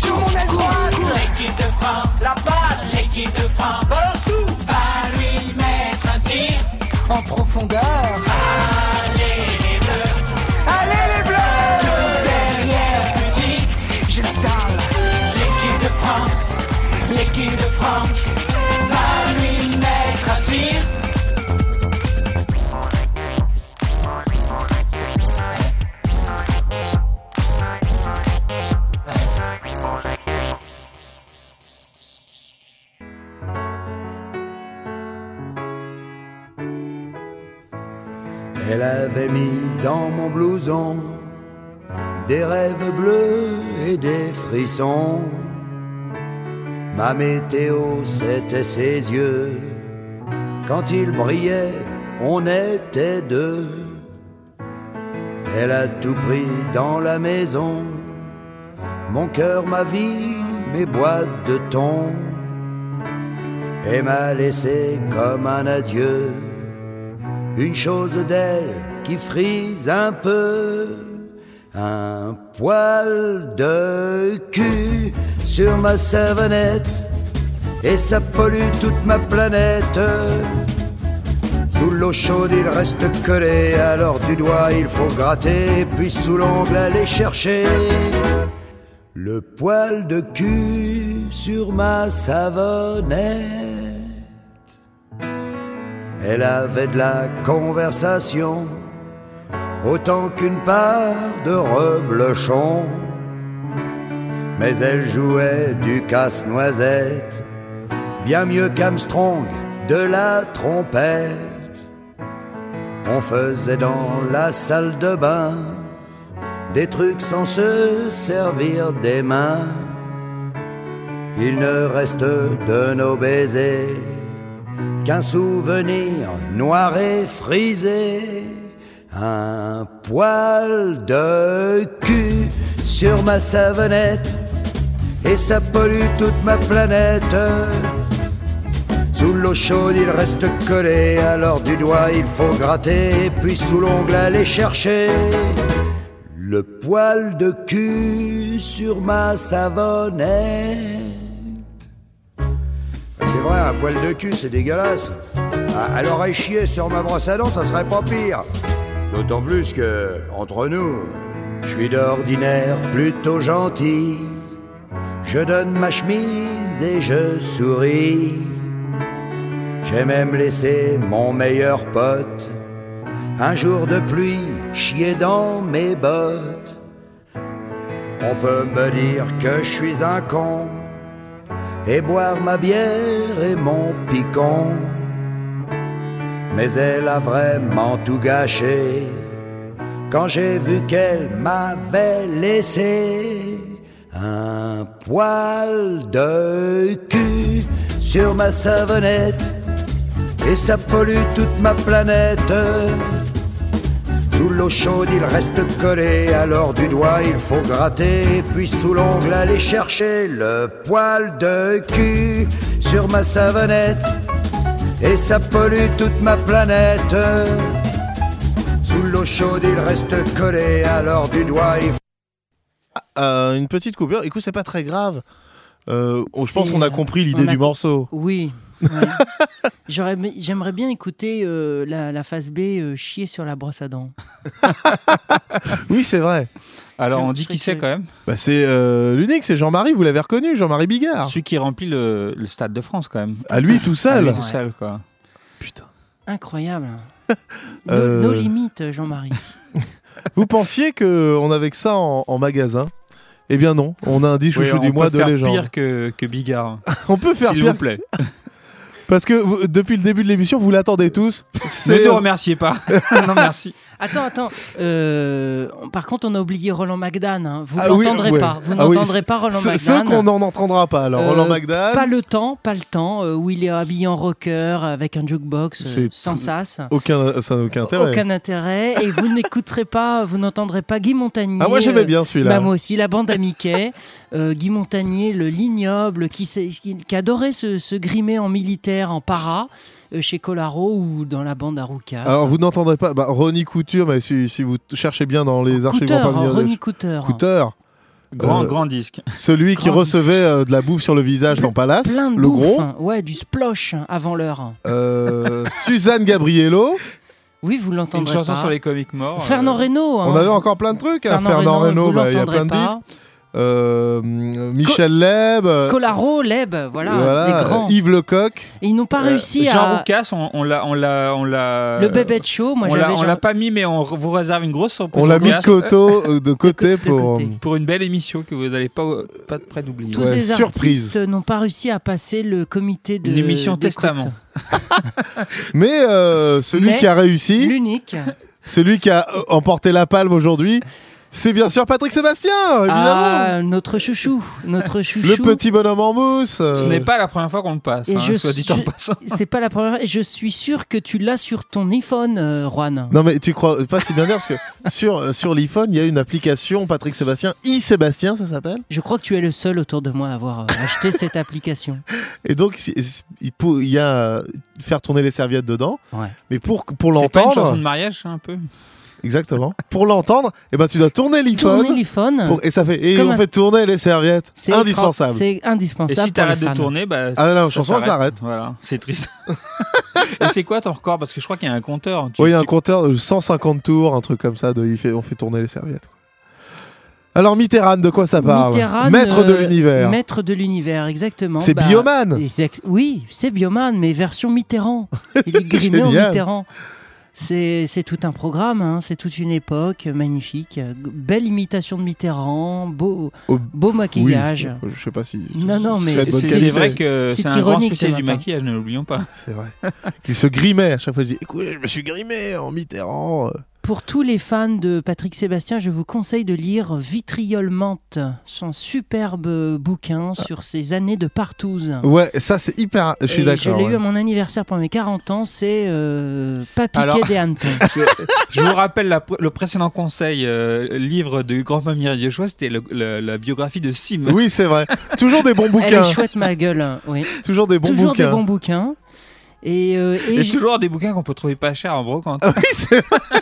Sur mon aile droite. L'équipe de France. La passe. L'équipe de France. Partout. Va lui mettre un tir.
En profondeur.
Allez, les bleus. Allez, les bleus. Tous derrière Butix.
J'ai la dalle.
L'équipe de France, l'équipe de France va lui mettre à tir.
Elle avait mis dans mon blouson des rêves bleus et des frissons. Ma météo, c'était ses yeux. Quand il brillait, on était deux. Elle a tout pris dans la maison. Mon cœur, ma vie, mes boîtes de thon. Et m'a laissé comme un adieu une chose d'elle qui frise un peu, un poil de cul sur ma savonnette, et ça pollue toute ma planète. Sous l'eau chaude, il reste collé, alors du doigt il faut gratter, puis sous l'ongle aller chercher le poil de cul sur ma savonnette. Elle avait de la conversation, autant qu'une part de reblochon. Mais elle jouait du casse-noisette, bien mieux qu'Armstrong de la trompette. On faisait dans la salle de bain des trucs sans se servir des mains. Il ne reste de nos baisers qu'un souvenir noir et frisé, un poil de cul sur ma savonnette, et ça pollue toute ma planète. Sous l'eau chaude, il reste collé, alors du doigt il faut gratter, et puis sous l'ongle aller chercher le poil de cul sur ma savonnette. Bah, C'est vrai, un poil de cul, c'est dégueulasse. Ah, À, à l'oreille chier sur ma brosse à dents, ça serait pas pire. D'autant plus que, entre nous, je suis d'ordinaire plutôt gentil. Je donne ma chemise et je souris. J'ai même laissé mon meilleur pote, un jour de pluie, chier dans mes bottes. On peut me dire que je suis un con et boire ma bière et mon piquant. Mais elle a vraiment tout gâché quand j'ai vu qu'elle m'avait laissé un poil de cul sur ma savonnette et ça pollue toute ma planète. Sous l'eau chaude, il reste collé, alors du doigt il faut gratter, puis sous l'ongle aller chercher le poil de cul sur ma savonnette, et ça pollue toute ma planète. Sous l'eau chaude, il reste collé, alors du doigt il faut.
Euh, une petite coupure. Écoute, c'est pas très grave. Euh, on- je
C'est,
pense qu'on a
euh,
compris l'idée
on a-
du morceau.
Oui. ouais. J'aurais aimé- J'aimerais bien écouter euh, la, la phase B euh, chier sur la brosse à dents.
Oui, c'est vrai.
Alors,
Je-
on
je
dit
serais
qui c'est quand
curieux.
même
Bah, c'est euh, l'unique, c'est Jean-Marie, vous l'avez reconnu, Jean-Marie Bigard.
Celui qui remplit le, le stade de France quand même.
À lui tout seul.
À lui tout seul, quoi.
Incroyable. Nos,
Euh.
nos limites, Jean-Marie.
Vous pensiez qu'on avait que ça en, en magasin Eh bien non, on a un 10
Oui,
chouchou
on
du
peut
mois de
faire
légende.
pire que, que Bigard.
On peut faire
S'il
pire.
vous plaît.
Parce que vous- depuis le début de l'émission, vous l'attendez tous.
Ne nous remerciez pas. non, merci.
Attends, attends. Euh, on- par contre, on a oublié Roland McDan. hein. Vous
Ah oui,
n'entendrez
ouais.
pas. Vous
Ah oui,
n'entendrez
c'est-
pas Roland
c'est-
McDan.
Ceux qu'on n'en entendra pas, alors
Euh,
Roland McDan.
Pas le temps, pas le temps, euh, où il est habillé en rocker avec un jukebox euh,
C'est
sans
tout-
sas.
Aucun, ça n'a aucun intérêt.
Aucun intérêt. Et vous n'écouterez pas, vous n'entendrez pas Guy Montagnier.
Ah, moi, j'aimais
euh,
bien celui-là.
bah, moi aussi, la bande à Mickey. Euh, Guy Montagnier, le lignoble, qui, s'est- qui, qui adorait se, se grimer en militaire, en para, euh, chez Colaro ou dans la bande à Roucas.
Alors vous n'entendrez pas bah, Ronnie Couture, mais si, si vous t- cherchez bien dans les archives,
Couture,
on va venir de-
Ronnie Couture.
Couture.
Grand-
Euh,
grand disque.
Celui qui
Grand
recevait euh, de la bouffe sur le visage dans Palace,
Plein de
le
bouffe,
gros.
hein. Ouais, du splosh hein, avant l'heure.
Euh, Suzanne Gabriello.
Oui, vous
Une
l'entendrez
chanson
pas.
sur les comics morts. euh,
Fernand Reynaud. hein.
On avait encore plein de trucs. hein,
Fernand
Fernand
Reynaud,
Reynaud,
vous
bah, il y a plein de
l'entendrez
disques. Euh, Michel Leb. euh,
Colaro, Leb, voilà,
voilà,
les grands.
euh, Yves Lecoq.
Ils n'ont pas
euh,
réussi
Jean
à.
Roucas, on, on l'a, on l'a, on l'a.
Le bébé de show, moi
on l'a,
j'avais.
on
Jean-
l'a pas mis, mais on r- vous réserve une grosse surprise.
On l'a
Jean
mis de,
Roucas.
coteau- euh, de côté pour.
pour une belle émission que vous n'allez pas, pas de près d'oublier.
euh, Tous ces artistes n'ont pas réussi à passer le comité de.
Une émission
d'écoute.
testament.
Mais euh, celui
Mais
qui a réussi.
L'unique.
Celui qui a euh, emporté la palme aujourd'hui, c'est bien sûr Patrick Sébastien, évidemment.
Ah, notre chouchou, notre chouchou.
le petit bonhomme en mousse. euh,
Ce n'est pas la première fois qu'on le passe,
Et
hein,
je
soit dit en
suis-
passant.
C'est pas la première. Et je suis sûr que tu l'as sur ton iPhone, euh, Juan.
Non mais tu crois pas si bien dire parce que sur, euh, sur l'iPhone il y a une application Patrick Sébastien, i-Sébastien ça s'appelle.
Je crois que tu es le seul autour de moi à avoir euh, acheté cette application.
Et donc si- si- il, peut- il y a euh, faire tourner les serviettes dedans. Mais pour, pour
C'est pas une chanson
l'entendre,
de mariage, un peu.
exactement, pour l'entendre, eh ben, tu dois tourner l'iPhone.
Tourner l'iPhone.
pour- Et ça fait, et
Comme
on
un-
fait tourner les serviettes.
C'est extra-
indispensable.
C'est
Et
indispensable.
si
pour les
t'arrêtes de
fans.
tourner, bah,
Ah, la
ça
chanson, elle s'arrête.
Voilà, c'est triste. Et c'est quoi ton record Parce que je crois qu'il y a un compteur. Tu-
Oui, il y a un
tu-
compteur de 150 tours, un truc comme ça, de, il fait, on fait tourner les serviettes. quoi. Alors Mitterrand, de quoi ça parle
Mitterrand,
Maître de
euh,
l'univers.
Maître de l'univers, exactement. Bah,
C'est Bioman.
exact- Oui, c'est Bioman, mais version Mitterrand. Il est grimé en
Génial.
Mitterrand. C'est c'est tout un programme, hein, c'est toute une époque euh, magnifique. Euh, g- Belle imitation de Mitterrand, beau,
Au-
beau maquillage.
Oui, je sais pas si.
Non, non, mais
cette bonne
C'est
qualité.
c'est vrai que
c'est
c'est un grand
ironique, ce
spécialiste du
matin.
maquillage, ne l'oublions pas.
C'est vrai. Qu'il se grimait à chaque fois. Je dis, écoute, je me suis grimé en Mitterrand. euh.
Pour tous les fans de Patrick Sébastien, je vous conseille de lire Vitriol Mante, son superbe euh, bouquin sur ses années de partouze.
Ah. Ouais, ça c'est hyper. Ah, Je suis
Et
d'accord.
l'ai
ouais.
eu à mon anniversaire pour mes 40 ans, c'est euh, Pas piquer
Alors-
des hannetons.
Je vous rappelle la pr- le précédent conseil, euh, livre de Grand-Mamie de Choix, c'était le- le- la biographie de Sim.
Oui, c'est vrai. Toujours des bons
Elle
bouquins.
est chouette ma gueule, hein. oui.
Toujours des bons
Toujours
bouquins.
des bons bouquins. Et, euh, et
Et,
je-
toujours des bouquins qu'on peut trouver pas cher en brocante.
Ah oui, c'est vrai.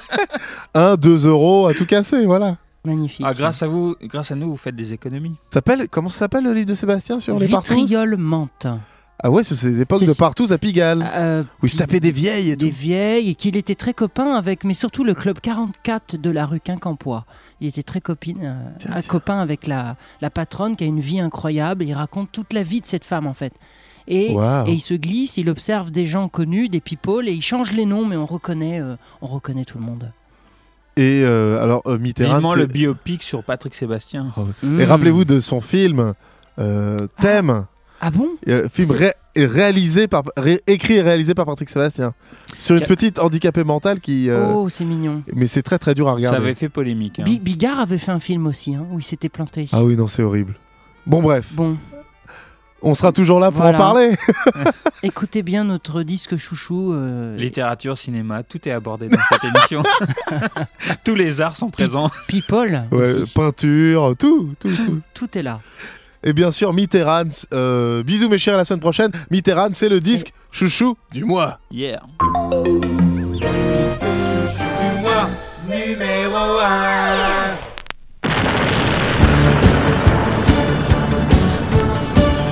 1, 2 euros à tout casser, voilà.
Magnifique.
Ah, grâce à vous, grâce à nous, vous faites des économies.
Ça s'appelle- Comment ça s'appelle le livre de Sébastien sur les partous
Vitriol Mante.
Ah ouais, c'est des époques
C'est- Euh,
de partous à Pigalle. où ils se tapaient des vieilles et
Des
tout.
vieilles, et qu'il était très copain avec, mais surtout le club 44 de la rue Quincampoix. Il était très copine, euh, un copain avec la, la patronne qui a une vie incroyable. Il raconte toute la vie de cette femme en fait. Et,
Waouh.
et il se glisse, il observe des gens connus, des people, et il change les noms, mais on reconnaît, euh, on reconnaît tout le monde.
Et euh, alors, euh, Mitterrand.
Vivement
c'est-
le biopic sur Patrick Sébastien.
Et rappelez-vous de son film euh, Thème.
Mmh.
euh,
Ah bon
Film ré- réalisé par, ré- écrit et réalisé par Patrick Sébastien. Sur une
Ca-
petite handicapée mentale qui. euh,
Oh, c'est mignon.
Mais c'est très très dur à
Ça
regarder.
avait fait polémique. hein.
Bi- Bigard avait fait un film aussi, hein, où il s'était planté.
Ah oui, non, c'est horrible. Bon, bref.
Bon.
On sera toujours là pour
Voilà.
en parler.
Écoutez bien notre disque chouchou. euh,
Littérature, cinéma, tout est abordé dans cette émission. Tous les arts sont présents.
People.
Ouais, peinture, tout, tout, tout.
Tout est là.
Et bien sûr, Mitterrand. euh, bisous, mes chers, à la semaine prochaine. Mitterrand, c'est le disque chouchou du mois.
Yeah.
du mois numéro 1.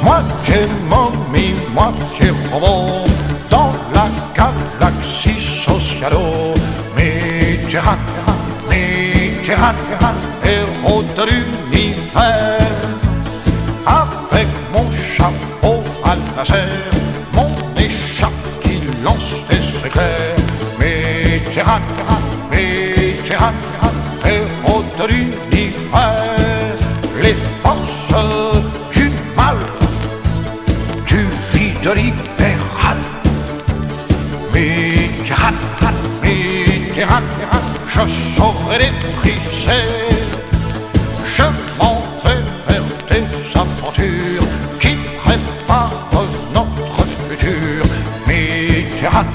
Moi j'ai mon mi, moi j'ai mon bon, dans la galaxie socialo. Mitterrand, Mitterrand, héros de l'univers. Avec mon chapeau à laser, mon écharpe qui lance les éclairs. Mitterrand, Mitterrand, héros de l'univers. Les forces du mal du vide libéral
pirate, je saurai les briser. Je m'en vais vers des aventures qui préparent notre futur. Mitterrand,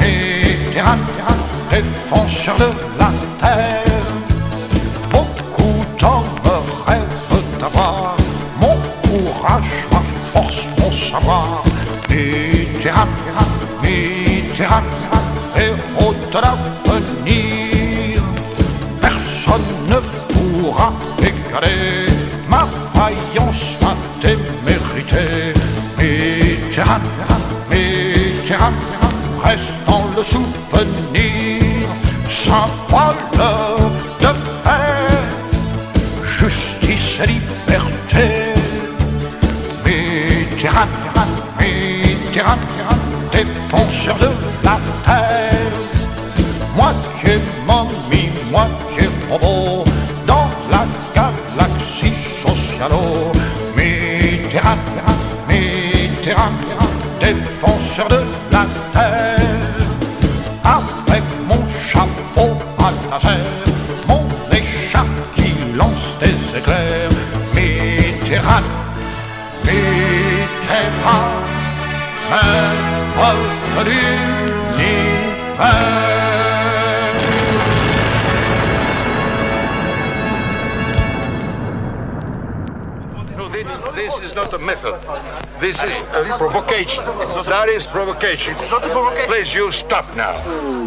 Mitterrand, défenseur de la terre. Beaucoup d'hommes rêvent d'avoir mon courage, ma force, mon savoir. Mitterrand, Mitterrand, héros de l'avenir. Personne ne pourra égaler ma vaillance indéméritée. Mitterrand, Mitterrand, reste dans le souvenir, symbole de paix, justice et liberté. Mitterrand, Mitterrand, défenseur de la terre. Moitié momie, moitié robot, dans la galaxie socialo. Mitterrand, Mitterrand, défenseur de la terre. Avec mon chapeau à laser, mon écharpe qui lance des éclairs. Mitterrand, Mitterrand, maître d'univers.
No, thi- this is not a method. This is a provocation. That is provocation. It's not a provocation. Please, you stop now.